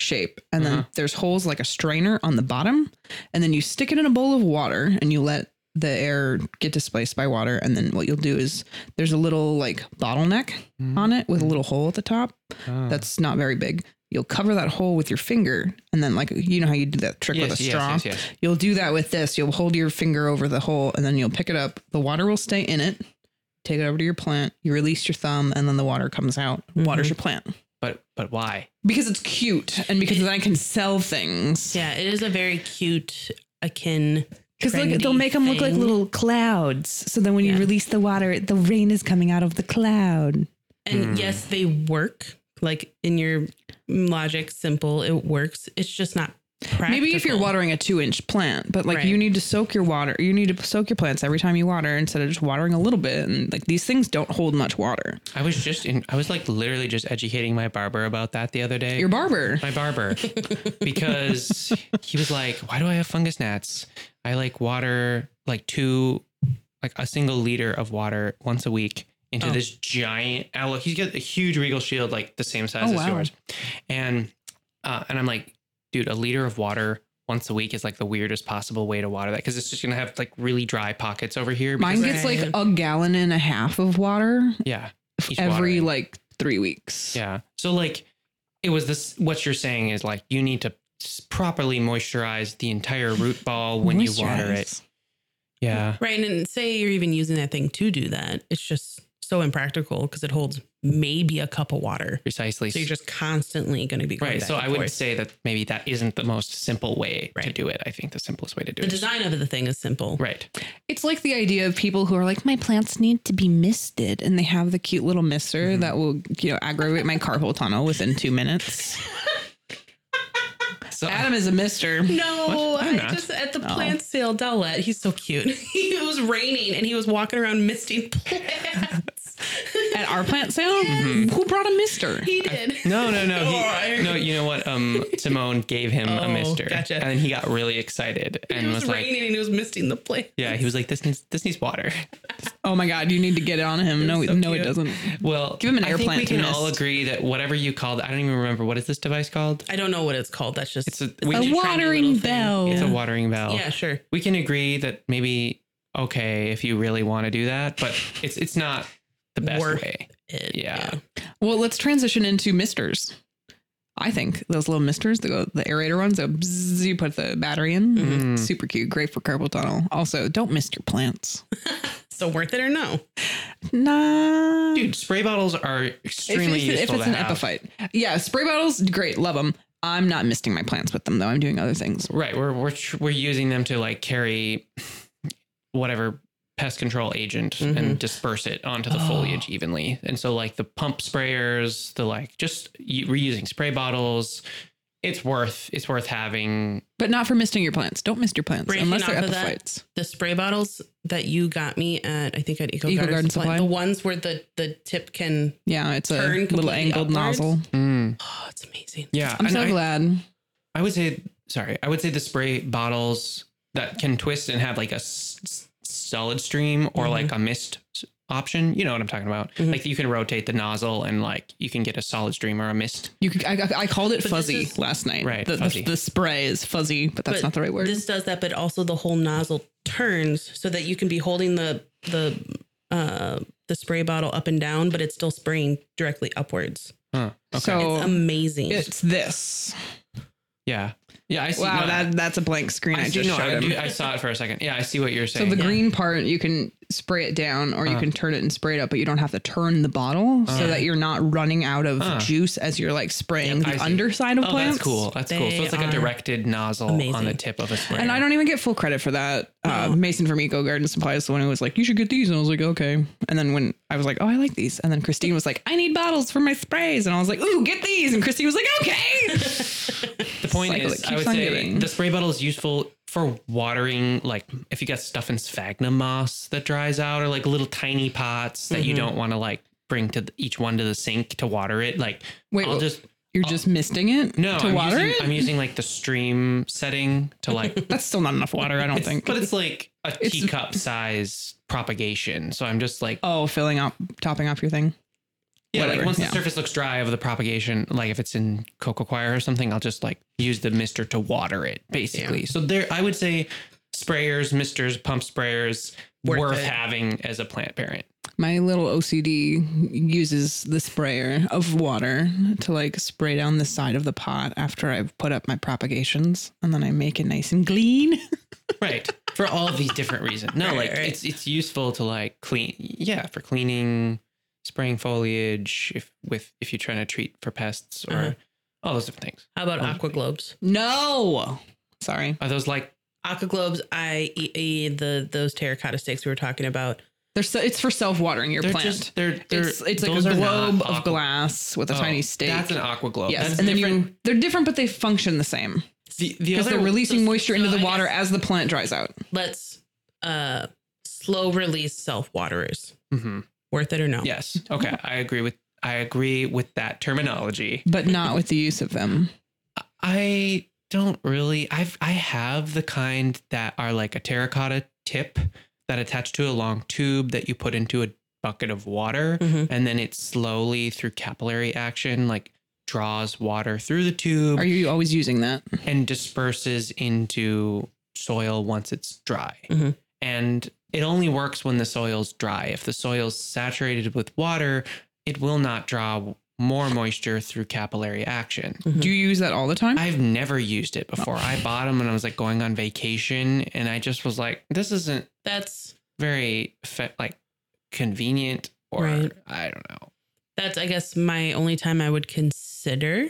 [SPEAKER 2] shape and then
[SPEAKER 3] Uh-huh.
[SPEAKER 2] there's holes like a strainer on the bottom and then you stick it in a bowl of water and you let the air get displaced by water and then what you'll do is there's a little like bottleneck
[SPEAKER 3] Mm.
[SPEAKER 2] on it with a little hole at the top
[SPEAKER 3] Oh.
[SPEAKER 2] that's not very big. You'll cover that hole with your finger, and then like you know how you do that trick
[SPEAKER 3] yes,
[SPEAKER 2] with a
[SPEAKER 3] yes,
[SPEAKER 2] straw.
[SPEAKER 3] yes, yes.
[SPEAKER 2] You'll do that with this. You'll hold your finger over the hole, and then you'll pick it up. The water will stay in it. Take it over to your plant. You release your thumb, and then the water comes out.
[SPEAKER 1] Mm-hmm.
[SPEAKER 2] Waters your plant
[SPEAKER 3] But but why?
[SPEAKER 2] because it's cute, and because then I can sell things.
[SPEAKER 1] Yeah, it is a very cute akin.
[SPEAKER 2] Because
[SPEAKER 1] trendy
[SPEAKER 2] they'll make them look like
[SPEAKER 1] thing.
[SPEAKER 2] little clouds. So then when
[SPEAKER 1] you
[SPEAKER 2] you
[SPEAKER 1] Yeah.
[SPEAKER 2] release the water, the rain is coming out of the cloud.
[SPEAKER 1] And
[SPEAKER 3] Mm.
[SPEAKER 1] yes, they work. Like in your logic, simple, it works. It's just not practical.
[SPEAKER 2] Maybe if you're watering a two inch plant, but like
[SPEAKER 1] Right.
[SPEAKER 2] you need to soak your water, you need to soak your plants every time you water instead of just watering a little bit. And like these things don't hold much water.
[SPEAKER 3] I was just in I was like literally just educating my barber about that the other day.
[SPEAKER 2] Your barber.
[SPEAKER 3] my barber
[SPEAKER 2] <laughs>
[SPEAKER 3] because he was like, "Why do I have fungus gnats? I like water like two, like a single liter of water once a week into
[SPEAKER 1] Oh.
[SPEAKER 3] this giant aloe. He's got a huge regal shield, like the same size
[SPEAKER 2] Oh,
[SPEAKER 3] as
[SPEAKER 2] wow.
[SPEAKER 3] yours, and uh, and I'm like, dude, a liter of water." Once a week is like the weirdest possible way to water that because it's just gonna have like really dry pockets over here.
[SPEAKER 2] Mine
[SPEAKER 3] because-
[SPEAKER 2] gets
[SPEAKER 1] Right.
[SPEAKER 2] like a gallon and a half of water
[SPEAKER 3] yeah, each
[SPEAKER 2] every
[SPEAKER 3] watering.
[SPEAKER 2] like three weeks.
[SPEAKER 3] Yeah. So like it was this what you're saying is like you need to s- properly moisturize the entire root ball when you water it.
[SPEAKER 2] Moisturize.
[SPEAKER 3] Yeah.
[SPEAKER 1] right, and say you're even using that thing to do that, it's just so impractical because it holds maybe a cup of water.
[SPEAKER 3] precisely.
[SPEAKER 1] So you're just constantly going to be going
[SPEAKER 3] right.
[SPEAKER 1] back
[SPEAKER 3] So
[SPEAKER 1] and
[SPEAKER 3] I would
[SPEAKER 1] forth.
[SPEAKER 3] say that maybe that isn't the most simple way to
[SPEAKER 1] Right.
[SPEAKER 3] do it. I think the simplest way to do
[SPEAKER 1] the
[SPEAKER 3] it. is-
[SPEAKER 1] design of the thing is simple.
[SPEAKER 3] Right.
[SPEAKER 2] It's like the idea of people who are like, my plants need to be misted, and they have the cute little mister
[SPEAKER 3] Mm-hmm.
[SPEAKER 2] that will, you know, aggravate my carpal tunnel within two minutes.
[SPEAKER 3] So
[SPEAKER 2] Adam is a mister.
[SPEAKER 1] No,
[SPEAKER 3] What? I'm
[SPEAKER 1] I
[SPEAKER 3] not.
[SPEAKER 1] just at the
[SPEAKER 2] Oh.
[SPEAKER 1] plant sale, Dellette. He's so cute. <laughs> it was raining and he was walking around misting <laughs> plants.
[SPEAKER 2] <laughs> At our plant sale,
[SPEAKER 3] Mm-hmm.
[SPEAKER 2] who brought a mister?
[SPEAKER 1] he did.
[SPEAKER 3] No, no, no. he-
[SPEAKER 1] Oh, I-
[SPEAKER 3] no, you know what? Um, Simone gave him a
[SPEAKER 1] Oh,
[SPEAKER 3] mister,
[SPEAKER 1] gotcha.
[SPEAKER 3] and he got really excited and
[SPEAKER 1] it
[SPEAKER 3] was,
[SPEAKER 1] was,
[SPEAKER 3] like,
[SPEAKER 1] raining and he was misting the plant.
[SPEAKER 3] "Yeah." He was like, "This needs this needs water." <laughs>
[SPEAKER 2] Oh my god, you need to get on him. No,
[SPEAKER 1] so
[SPEAKER 2] no, it
[SPEAKER 1] cute.
[SPEAKER 2] doesn't.
[SPEAKER 3] Well,
[SPEAKER 2] Give him an
[SPEAKER 3] I
[SPEAKER 2] air
[SPEAKER 3] think
[SPEAKER 2] plant
[SPEAKER 3] we
[SPEAKER 2] to
[SPEAKER 3] can all
[SPEAKER 2] mist.
[SPEAKER 3] agree that whatever you call it, I don't even remember what is this device called.
[SPEAKER 1] I don't know what it's called. That's just
[SPEAKER 3] It's a we
[SPEAKER 2] A
[SPEAKER 3] can-
[SPEAKER 1] trendy
[SPEAKER 2] watering
[SPEAKER 1] little thing.
[SPEAKER 2] bell.
[SPEAKER 3] it's
[SPEAKER 1] Yeah.
[SPEAKER 3] a watering bell.
[SPEAKER 1] yeah, sure.
[SPEAKER 3] We can agree that maybe okay if you really want to do that, but it's it's not the best
[SPEAKER 1] Worth
[SPEAKER 3] way.
[SPEAKER 1] It-
[SPEAKER 3] Yeah.
[SPEAKER 2] Well, let's transition into misters. I think those little misters, the the aerator ones, that bzzz, you put the battery in,
[SPEAKER 1] Mm-hmm.
[SPEAKER 3] Mhm.
[SPEAKER 2] super cute, great for carpal tunnel. Also, don't mist your
[SPEAKER 1] <laughs>
[SPEAKER 2] plants.
[SPEAKER 1] So worth it or no?
[SPEAKER 2] Nah,
[SPEAKER 3] Dude, spray bottles are
[SPEAKER 2] If
[SPEAKER 3] extremely
[SPEAKER 2] it's, if
[SPEAKER 3] useful
[SPEAKER 2] it's
[SPEAKER 3] to
[SPEAKER 2] an
[SPEAKER 3] have.
[SPEAKER 2] epiphyte, yeah, spray bottles, great, love them. I'm not misting my plants with them though. I'm doing other things.
[SPEAKER 3] Right. We're we're tr- we're using them to like carry whatever pest control agent
[SPEAKER 2] Mm-hmm.
[SPEAKER 3] and disperse it onto the
[SPEAKER 2] Oh.
[SPEAKER 3] foliage evenly. And so like the pump sprayers, the like just u- reusing spray bottles, it's worth it's worth having.
[SPEAKER 2] But not for misting your plants. Don't mist your plants
[SPEAKER 1] Branching
[SPEAKER 2] unless they're
[SPEAKER 1] off of that,
[SPEAKER 2] epiphytes.
[SPEAKER 1] The spray bottles that you got me at, I think at Eco,
[SPEAKER 2] Eco
[SPEAKER 1] Garden,
[SPEAKER 2] Garden
[SPEAKER 1] Supply,
[SPEAKER 2] Supply.
[SPEAKER 1] the ones where the the tip can.
[SPEAKER 2] Yeah, it's a
[SPEAKER 1] Turn
[SPEAKER 2] little
[SPEAKER 1] completely
[SPEAKER 2] angled
[SPEAKER 1] upwards.
[SPEAKER 2] nozzle.
[SPEAKER 1] Oh, it's amazing.
[SPEAKER 3] Mm, Yeah.
[SPEAKER 2] I'm
[SPEAKER 3] and
[SPEAKER 2] so
[SPEAKER 3] I,
[SPEAKER 2] glad.
[SPEAKER 3] I would say sorry. I would say the spray bottles that can twist and have like a s- s- solid stream
[SPEAKER 2] Mm-hmm.
[SPEAKER 3] or like a mist s- option. You know what I'm talking about?
[SPEAKER 1] Mhm.
[SPEAKER 3] Like you can rotate the nozzle and like you can get a solid stream or a mist.
[SPEAKER 2] You could, I, I- I called it
[SPEAKER 1] this
[SPEAKER 2] fuzzy
[SPEAKER 1] is-
[SPEAKER 2] last night.
[SPEAKER 3] Right,
[SPEAKER 2] The,
[SPEAKER 3] fuzzy.
[SPEAKER 2] the, the spray is fuzzy, but that's
[SPEAKER 1] But
[SPEAKER 2] not the right word.
[SPEAKER 1] This does that, but also the whole nozzle turns so that you can be holding the the uh the spray bottle up and down, but it's still spraying directly upwards.
[SPEAKER 3] Huh. Okay.
[SPEAKER 2] So
[SPEAKER 1] It's amazing.
[SPEAKER 2] Oh. it's this.
[SPEAKER 3] Yeah. Yeah, I see.
[SPEAKER 2] Wow,
[SPEAKER 3] no,
[SPEAKER 2] that that's a blank screen. I,
[SPEAKER 3] I see,
[SPEAKER 2] just
[SPEAKER 3] no,
[SPEAKER 2] showed
[SPEAKER 3] I,
[SPEAKER 2] him.
[SPEAKER 3] do- I saw it for a second. Yeah, I see what you're
[SPEAKER 2] so
[SPEAKER 3] saying.
[SPEAKER 2] the green part, you can spray it down, or you
[SPEAKER 3] Uh.
[SPEAKER 2] can turn it and spray it up, but you don't have to turn the bottle so
[SPEAKER 3] Uh.
[SPEAKER 2] that you're not running out of
[SPEAKER 3] Uh.
[SPEAKER 2] juice as you're like spraying
[SPEAKER 3] I
[SPEAKER 2] the
[SPEAKER 3] see.
[SPEAKER 2] underside of
[SPEAKER 3] oh,
[SPEAKER 2] plants.
[SPEAKER 3] that's cool. That's cool. So
[SPEAKER 1] They
[SPEAKER 3] it's like a
[SPEAKER 1] are
[SPEAKER 3] directed nozzle on the
[SPEAKER 1] amazing.
[SPEAKER 3] tip of a sprayer.
[SPEAKER 2] And I don't even get full credit for that. Uh, Mason from Eco Garden Supply is the one who was like, "You should get these," and I was like, "Okay." And then when I was like, "Oh, I like these," and then Christine was like, "I need bottles for my sprays," and I was like, "Ooh, get these!" And Christine was like,
[SPEAKER 3] <laughs>
[SPEAKER 2] "Okay."
[SPEAKER 3] the point
[SPEAKER 2] cycle
[SPEAKER 3] is,
[SPEAKER 2] that
[SPEAKER 3] I
[SPEAKER 2] keeps
[SPEAKER 3] would
[SPEAKER 2] on
[SPEAKER 3] say
[SPEAKER 2] giving.
[SPEAKER 3] the spray bottle is useful for watering, like if you got stuff in sphagnum moss that dries out, or like little tiny pots that you
[SPEAKER 2] Mm-hmm.
[SPEAKER 3] don't want to like bring to the, each one to the sink to water it. Like,
[SPEAKER 2] Wait,
[SPEAKER 3] I'll
[SPEAKER 2] wait.
[SPEAKER 3] just
[SPEAKER 2] You're just misting it
[SPEAKER 3] no
[SPEAKER 2] to
[SPEAKER 3] I'm
[SPEAKER 2] water
[SPEAKER 3] using,
[SPEAKER 2] it.
[SPEAKER 3] I'm using like the stream setting
[SPEAKER 2] <laughs>
[SPEAKER 3] to like
[SPEAKER 2] That's still not enough water, I don't
[SPEAKER 3] It's-
[SPEAKER 2] think.
[SPEAKER 3] But it's like a
[SPEAKER 2] It's-
[SPEAKER 3] teacup size propagation. So I'm just like,
[SPEAKER 2] oh, filling up, topping off your thing.
[SPEAKER 3] yeah,
[SPEAKER 2] whatever,
[SPEAKER 3] like once
[SPEAKER 2] yeah.
[SPEAKER 3] the surface looks dry of the propagation, like if it's in cocoa choir or something, I'll just like use the mister to water it basically. So there, I would say sprayers, misters, pump sprayers, worth,
[SPEAKER 1] Worth it.
[SPEAKER 3] having as a plant parent.
[SPEAKER 2] My little OCD uses the sprayer of water to like spray down the side of the pot after I've put up my propagations, and then I make it nice and clean. <laughs>
[SPEAKER 3] Right. <laughs> For all of these different reasons. No,
[SPEAKER 1] Right,
[SPEAKER 3] like
[SPEAKER 1] right.
[SPEAKER 3] it's it's useful to like clean yeah, for cleaning, spraying foliage, if with if you're trying to treat for pests or
[SPEAKER 1] Uh-huh.
[SPEAKER 3] all those different things.
[SPEAKER 1] How
[SPEAKER 2] Oh.
[SPEAKER 1] about aqua globes?
[SPEAKER 2] No. Sorry.
[SPEAKER 3] Are those like
[SPEAKER 1] Aqua globes, I e- e- the those terracotta sticks we were talking about.
[SPEAKER 2] They're so, it's for self-watering your
[SPEAKER 3] they're
[SPEAKER 2] plant.
[SPEAKER 3] just they're, they're
[SPEAKER 2] it's it's like a
[SPEAKER 3] those are not
[SPEAKER 2] globe of
[SPEAKER 3] aqua-
[SPEAKER 2] glass with a
[SPEAKER 3] Oh,
[SPEAKER 2] tiny stake.
[SPEAKER 3] That's an aqua globe.
[SPEAKER 2] yes,
[SPEAKER 3] That's
[SPEAKER 2] and then
[SPEAKER 3] different.
[SPEAKER 2] you they're different, but they function the same
[SPEAKER 3] the, the
[SPEAKER 2] because
[SPEAKER 3] other
[SPEAKER 2] they're releasing
[SPEAKER 1] so-
[SPEAKER 2] moisture into
[SPEAKER 1] so
[SPEAKER 2] the
[SPEAKER 1] I
[SPEAKER 2] water
[SPEAKER 1] guess-
[SPEAKER 2] as the plant dries out.
[SPEAKER 1] Let's uh slow release self waterers.
[SPEAKER 3] Mhm.
[SPEAKER 1] Worth it or no?
[SPEAKER 3] Yes. Okay. I agree with I agree with that terminology.
[SPEAKER 2] but not with the use of them.
[SPEAKER 3] I don't really I've I have the kind that are like a terracotta tip that attach to a long tube that you put into a bucket of water
[SPEAKER 1] Mhm.
[SPEAKER 3] and then it slowly through capillary action like draws water through the tube
[SPEAKER 2] Are you always using
[SPEAKER 3] <laughs>
[SPEAKER 2] that?
[SPEAKER 3] and disperses into soil once it's dry.
[SPEAKER 1] Mhm.
[SPEAKER 3] And it only works when the soil's dry. If the soil's saturated with water, it will not draw more moisture through capillary action.
[SPEAKER 2] Do you use that all the time?
[SPEAKER 3] I've never used it before. I bought them when I was like going on vacation and I just was like, this isn't
[SPEAKER 1] That's
[SPEAKER 3] very fe- like convenient or
[SPEAKER 1] Right.
[SPEAKER 3] I don't know.
[SPEAKER 1] That's, I guess, my only time I would consider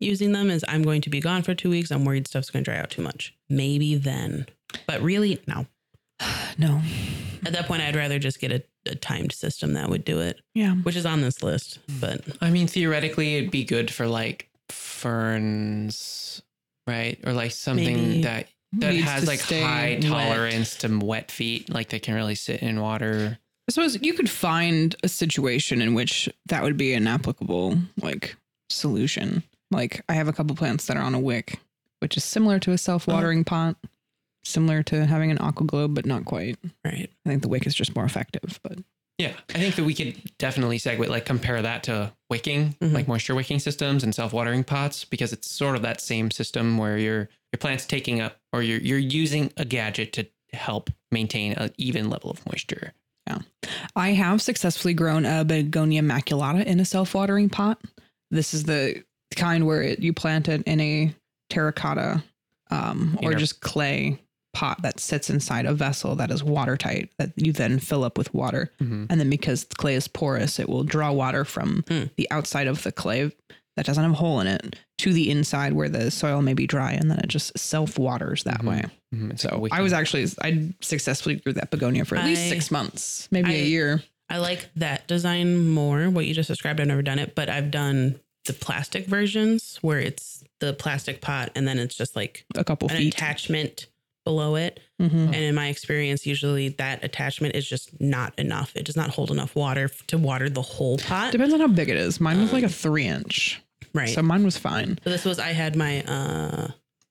[SPEAKER 1] using them is I'm going to be gone for two weeks. I'm worried stuff's going to dry out too much. Maybe then. But really, no.
[SPEAKER 2] No.
[SPEAKER 1] At that point, I'd rather just get a, a timed system that would do it,
[SPEAKER 2] Yeah.
[SPEAKER 1] which is on this list. But
[SPEAKER 3] I mean, theoretically, it'd be good for like ferns, right? Or like something
[SPEAKER 1] Maybe.
[SPEAKER 3] that that
[SPEAKER 2] Needs
[SPEAKER 3] has
[SPEAKER 2] to
[SPEAKER 3] like
[SPEAKER 2] stay
[SPEAKER 3] high
[SPEAKER 2] wet.
[SPEAKER 3] tolerance to wet feet, like they can really sit in water.
[SPEAKER 2] I suppose you could find a situation in which that would be an applicable like solution. Like I have a couple plants that are on a wick, which is similar to a
[SPEAKER 3] Oh.
[SPEAKER 2] self-watering pot, similar to having an aqua globe, but not quite.
[SPEAKER 1] right,
[SPEAKER 2] I think the wick is just more effective, but
[SPEAKER 3] Yeah, I think that we could definitely segue, like compare that to wicking,
[SPEAKER 1] Mhm.
[SPEAKER 3] like moisture wicking systems and self watering pots, because it's sort of that same system where your your plant's taking up or you're you're using a gadget to help maintain an even level of moisture.
[SPEAKER 2] I have successfully grown a begonia maculata in a self-watering pot. This is the kind where it, you plant it in a terracotta um, or
[SPEAKER 3] Inner-
[SPEAKER 2] just clay pot that sits inside a vessel that is watertight that you then fill up with water.
[SPEAKER 3] Mm-hmm.
[SPEAKER 2] And then because the clay is porous, it will draw water from
[SPEAKER 1] Hmm.
[SPEAKER 2] the outside of the clay that doesn't have a hole in it to the inside where the soil may be dry. And then it just self waters that
[SPEAKER 3] Mhm.
[SPEAKER 2] way.
[SPEAKER 3] Mhm, it's like
[SPEAKER 2] So I
[SPEAKER 3] wicking.
[SPEAKER 2] was actually, I successfully grew that begonia for at least
[SPEAKER 1] I-
[SPEAKER 2] six months, maybe a
[SPEAKER 1] I-
[SPEAKER 2] year.
[SPEAKER 1] I like that design more. What you just described, I've never done it, but I've done the plastic versions where it's the plastic pot and then it's just like
[SPEAKER 2] a couple
[SPEAKER 1] an
[SPEAKER 2] feet.
[SPEAKER 1] attachment below it.
[SPEAKER 2] Mhm.
[SPEAKER 1] And in my experience, usually that attachment is just not enough. It does not hold enough water f- to water the whole pot.
[SPEAKER 2] Depends on how big it is. Mine was like a
[SPEAKER 1] Um,
[SPEAKER 2] three inch,
[SPEAKER 1] Right.
[SPEAKER 2] so mine was fine.
[SPEAKER 1] So this was I had my uh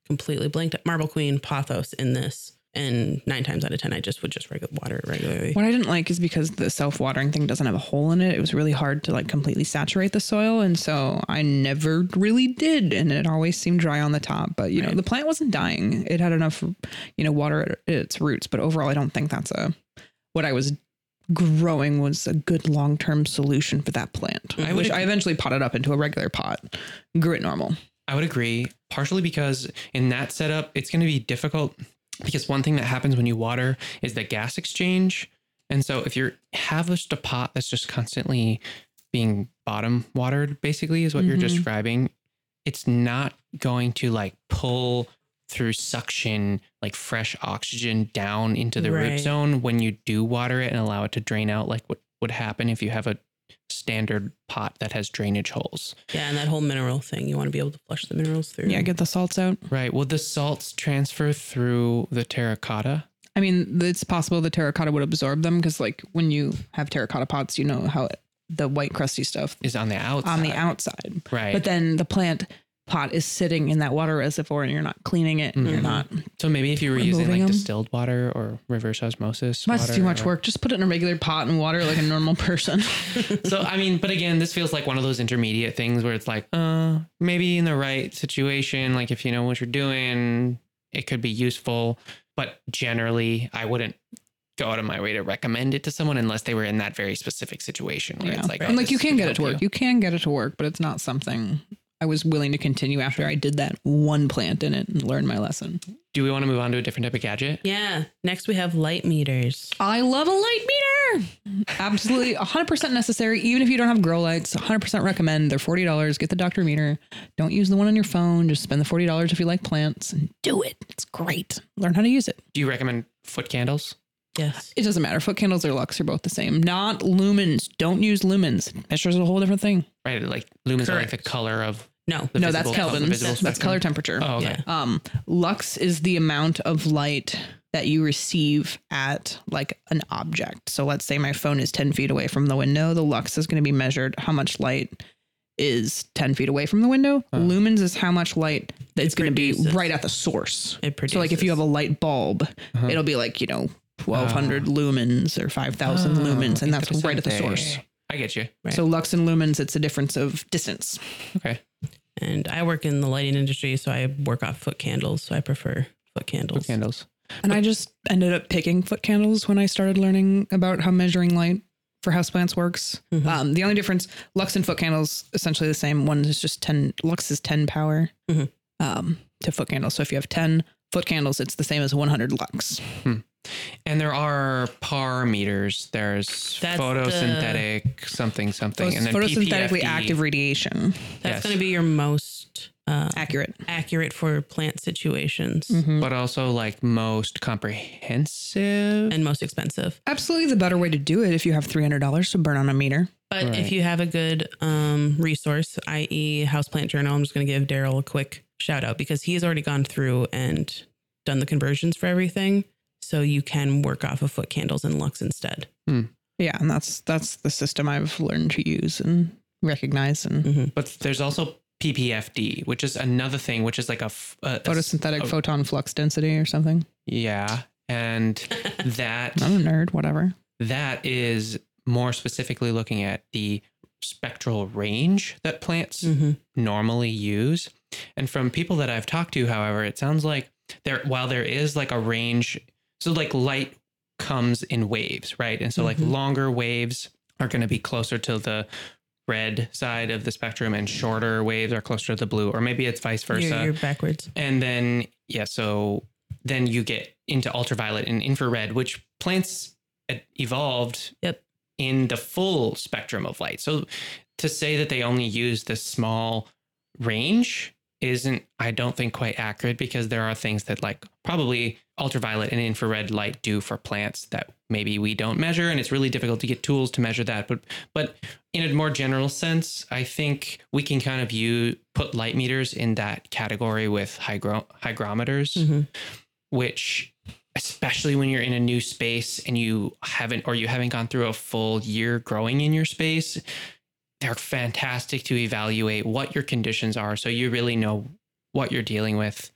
[SPEAKER 1] completely blanked out Marble Queen Pothos in this, and nine times out of ten I just would just regu- water it regularly.
[SPEAKER 2] What I didn't like is because the self watering thing doesn't have a hole in it. It was really hard to like completely saturate the soil, and so I never really did, and it always seemed dry on the top. But you know,
[SPEAKER 1] Right.
[SPEAKER 2] the plant wasn't dying. It had enough, you know, water at its roots. But overall, I don't think that's a what I was growing was a good long term solution for that plant.
[SPEAKER 1] I
[SPEAKER 2] I
[SPEAKER 3] would
[SPEAKER 2] wish I
[SPEAKER 3] agree.
[SPEAKER 2] eventually potted up into a regular pot, grew it normal.
[SPEAKER 3] I would agree, partially because in that setup, it's going to be difficult because one thing that happens when you water is the gas exchange. And so if you have just a pot that's just constantly being bottom watered, basically, is what you're
[SPEAKER 2] Mhm.
[SPEAKER 3] describing, it's not going to like pull through suction like fresh oxygen down into the root
[SPEAKER 1] Right.
[SPEAKER 3] zone when you do water it and allow it to drain out like what would happen if you have a standard pot that has drainage holes.
[SPEAKER 1] Yeah, and that whole mineral thing, you want to be able to flush the minerals through.
[SPEAKER 2] Yeah, get the salts out.
[SPEAKER 3] Right. Will the salts transfer through the terracotta?
[SPEAKER 2] I mean, it's possible the terracotta would absorb them because, like, when you have terracotta pots, you know how it- the white crusty stuff
[SPEAKER 3] Is on the outside.
[SPEAKER 2] on the outside,
[SPEAKER 3] Right.
[SPEAKER 2] but then the plant pot is sitting in that water reservoir, and you're not cleaning it, and you're
[SPEAKER 3] Mhm.
[SPEAKER 2] not.
[SPEAKER 3] so maybe if you were
[SPEAKER 2] Removing
[SPEAKER 3] using like
[SPEAKER 2] them?
[SPEAKER 3] distilled water or reverse osmosis.
[SPEAKER 2] That's
[SPEAKER 3] water
[SPEAKER 2] too much
[SPEAKER 3] or-
[SPEAKER 2] work. Just put it in a regular pot and water like a normal person.
[SPEAKER 3] so I mean, but again, this feels like one of those intermediate things where it's like, uh, maybe in the right situation, like if you know what you're doing, it could be useful. But generally, I wouldn't go out of my way to recommend it to someone unless they were in that very specific situation <laughs> where
[SPEAKER 2] yeah.
[SPEAKER 3] it's like, oh,
[SPEAKER 2] and like,
[SPEAKER 3] this
[SPEAKER 2] you can
[SPEAKER 3] could
[SPEAKER 2] get it to
[SPEAKER 3] help
[SPEAKER 2] work. You. can get it to work, but it's not something I was willing to continue after I did that one plant in it and learned my lesson.
[SPEAKER 3] Do we want to move on to a different type of gadget?
[SPEAKER 1] Yeah. Next we have light meters.
[SPEAKER 2] I love a light meter. Absolutely 100% necessary. Even if you don't have grow lights, 100% recommend. They're $40. Get the doctor meter. Don't use the one on your phone. Just spend the $40 if you like plants and do it. It's great. Learn how to use it.
[SPEAKER 3] Do you recommend foot candles?
[SPEAKER 1] Yes.
[SPEAKER 2] It doesn't matter. Foot candles or Lux are both the same. Not lumens. Don't use lumens. Measures a whole different thing.
[SPEAKER 3] Right, like lumens are like the
[SPEAKER 1] Correct.
[SPEAKER 3] color of
[SPEAKER 1] No.
[SPEAKER 3] The
[SPEAKER 2] no, that's
[SPEAKER 3] visible- the
[SPEAKER 2] Kelvin's.
[SPEAKER 3] visible
[SPEAKER 2] That's
[SPEAKER 3] spectrum.
[SPEAKER 2] color temperature.
[SPEAKER 3] Oh, okay.
[SPEAKER 1] Yeah.
[SPEAKER 2] Um, lux is the amount of light that you receive at like an object. So let's say my phone is 10 feet away from the window. The lux is going to be measured how much light is 10 feet away from the window.
[SPEAKER 3] Huh.
[SPEAKER 2] Lumens is how much light that's going to be
[SPEAKER 1] produces.
[SPEAKER 2] right at the source.
[SPEAKER 1] It produces.
[SPEAKER 2] So like if you have a light bulb,
[SPEAKER 3] Uh-huh. Ah.
[SPEAKER 2] it'll be like, you know, 1200 lumens or 5000
[SPEAKER 3] Oh,
[SPEAKER 2] lumens and that's right at the
[SPEAKER 3] interesante.
[SPEAKER 2] source.
[SPEAKER 3] I get you.
[SPEAKER 1] Right.
[SPEAKER 2] So lux and lumens it's a difference of distance.
[SPEAKER 3] Okay.
[SPEAKER 1] and I work in the lighting industry, so I work off foot candles, so I prefer foot candles.
[SPEAKER 3] candles.
[SPEAKER 2] And I just ended up picking foot candles when I started learning about how measuring light for houseplants works.
[SPEAKER 3] Mm-hmm.
[SPEAKER 1] Mhm.
[SPEAKER 2] Um, the only difference, Lux and foot candles, essentially the same. One is just 10, Lux is 10 power
[SPEAKER 3] Mm-hmm.
[SPEAKER 1] Mhm.
[SPEAKER 2] um, to foot candles. So if you have 10, foot candles, it's the same as 100 lux.
[SPEAKER 3] And there are par meters. There's
[SPEAKER 1] That's
[SPEAKER 3] photosynthetic something something, and then
[SPEAKER 2] Photosynthetically
[SPEAKER 3] PPFD.
[SPEAKER 2] active radiation.
[SPEAKER 1] That's
[SPEAKER 3] Yes.
[SPEAKER 1] going to be your most uh,
[SPEAKER 2] Accurate.
[SPEAKER 1] accurate for plant situations
[SPEAKER 2] Mm-hmm.
[SPEAKER 3] but also like most comprehensive.
[SPEAKER 1] and most expensive.
[SPEAKER 2] Absolutely the better way to do it if you have $300 to burn on a meter.
[SPEAKER 1] But
[SPEAKER 3] Right.
[SPEAKER 1] if you have a good um, resource, i.e., Houseplant Journal, I'm just going to give Daryl a quick shout out because he's already gone through and done the conversions for everything. So you can work off of foot candles and lux instead.
[SPEAKER 2] Yeah, and that's that's the system I've learned to use and recognize and
[SPEAKER 3] but there's also PPFD, which is another thing, which is like a, f- a- a s-
[SPEAKER 2] photosynthetic
[SPEAKER 3] oh.
[SPEAKER 2] photon flux density or something.
[SPEAKER 3] yeah,
[SPEAKER 1] <laughs>
[SPEAKER 3] and that
[SPEAKER 2] I'm a nerd, whatever.
[SPEAKER 3] that is more specifically looking at the spectral range that plants
[SPEAKER 1] Mhm.
[SPEAKER 3] normally use. And from people that I've talked to, however, it sounds like there while there is like a range, so like light comes in waves, right? And so like
[SPEAKER 1] Mhm.
[SPEAKER 3] longer waves are going to be closer to the red side of the spectrum and shorter waves are closer to the blue or maybe it's vice versa.
[SPEAKER 1] You're, you're backwards.
[SPEAKER 3] And then yeah, so then you get into ultraviolet and infrared, which plants e- evolved
[SPEAKER 1] Yep.
[SPEAKER 3] in the full spectrum of light. So to say that they only use this small range isn't I don't think quite accurate because there are things that like probably ultraviolet and infrared light do for plants that maybe we don't measure and it's really difficult to get tools to measure that but but in a more general sense I think we can kind of use put light meters in that category with hygro- hygrometers
[SPEAKER 1] Mhm.
[SPEAKER 3] which especially when you're in a new space and you haven't or you haven't gone through a full year growing in your space they're fantastic to evaluate what your conditions are so you really know what you're dealing with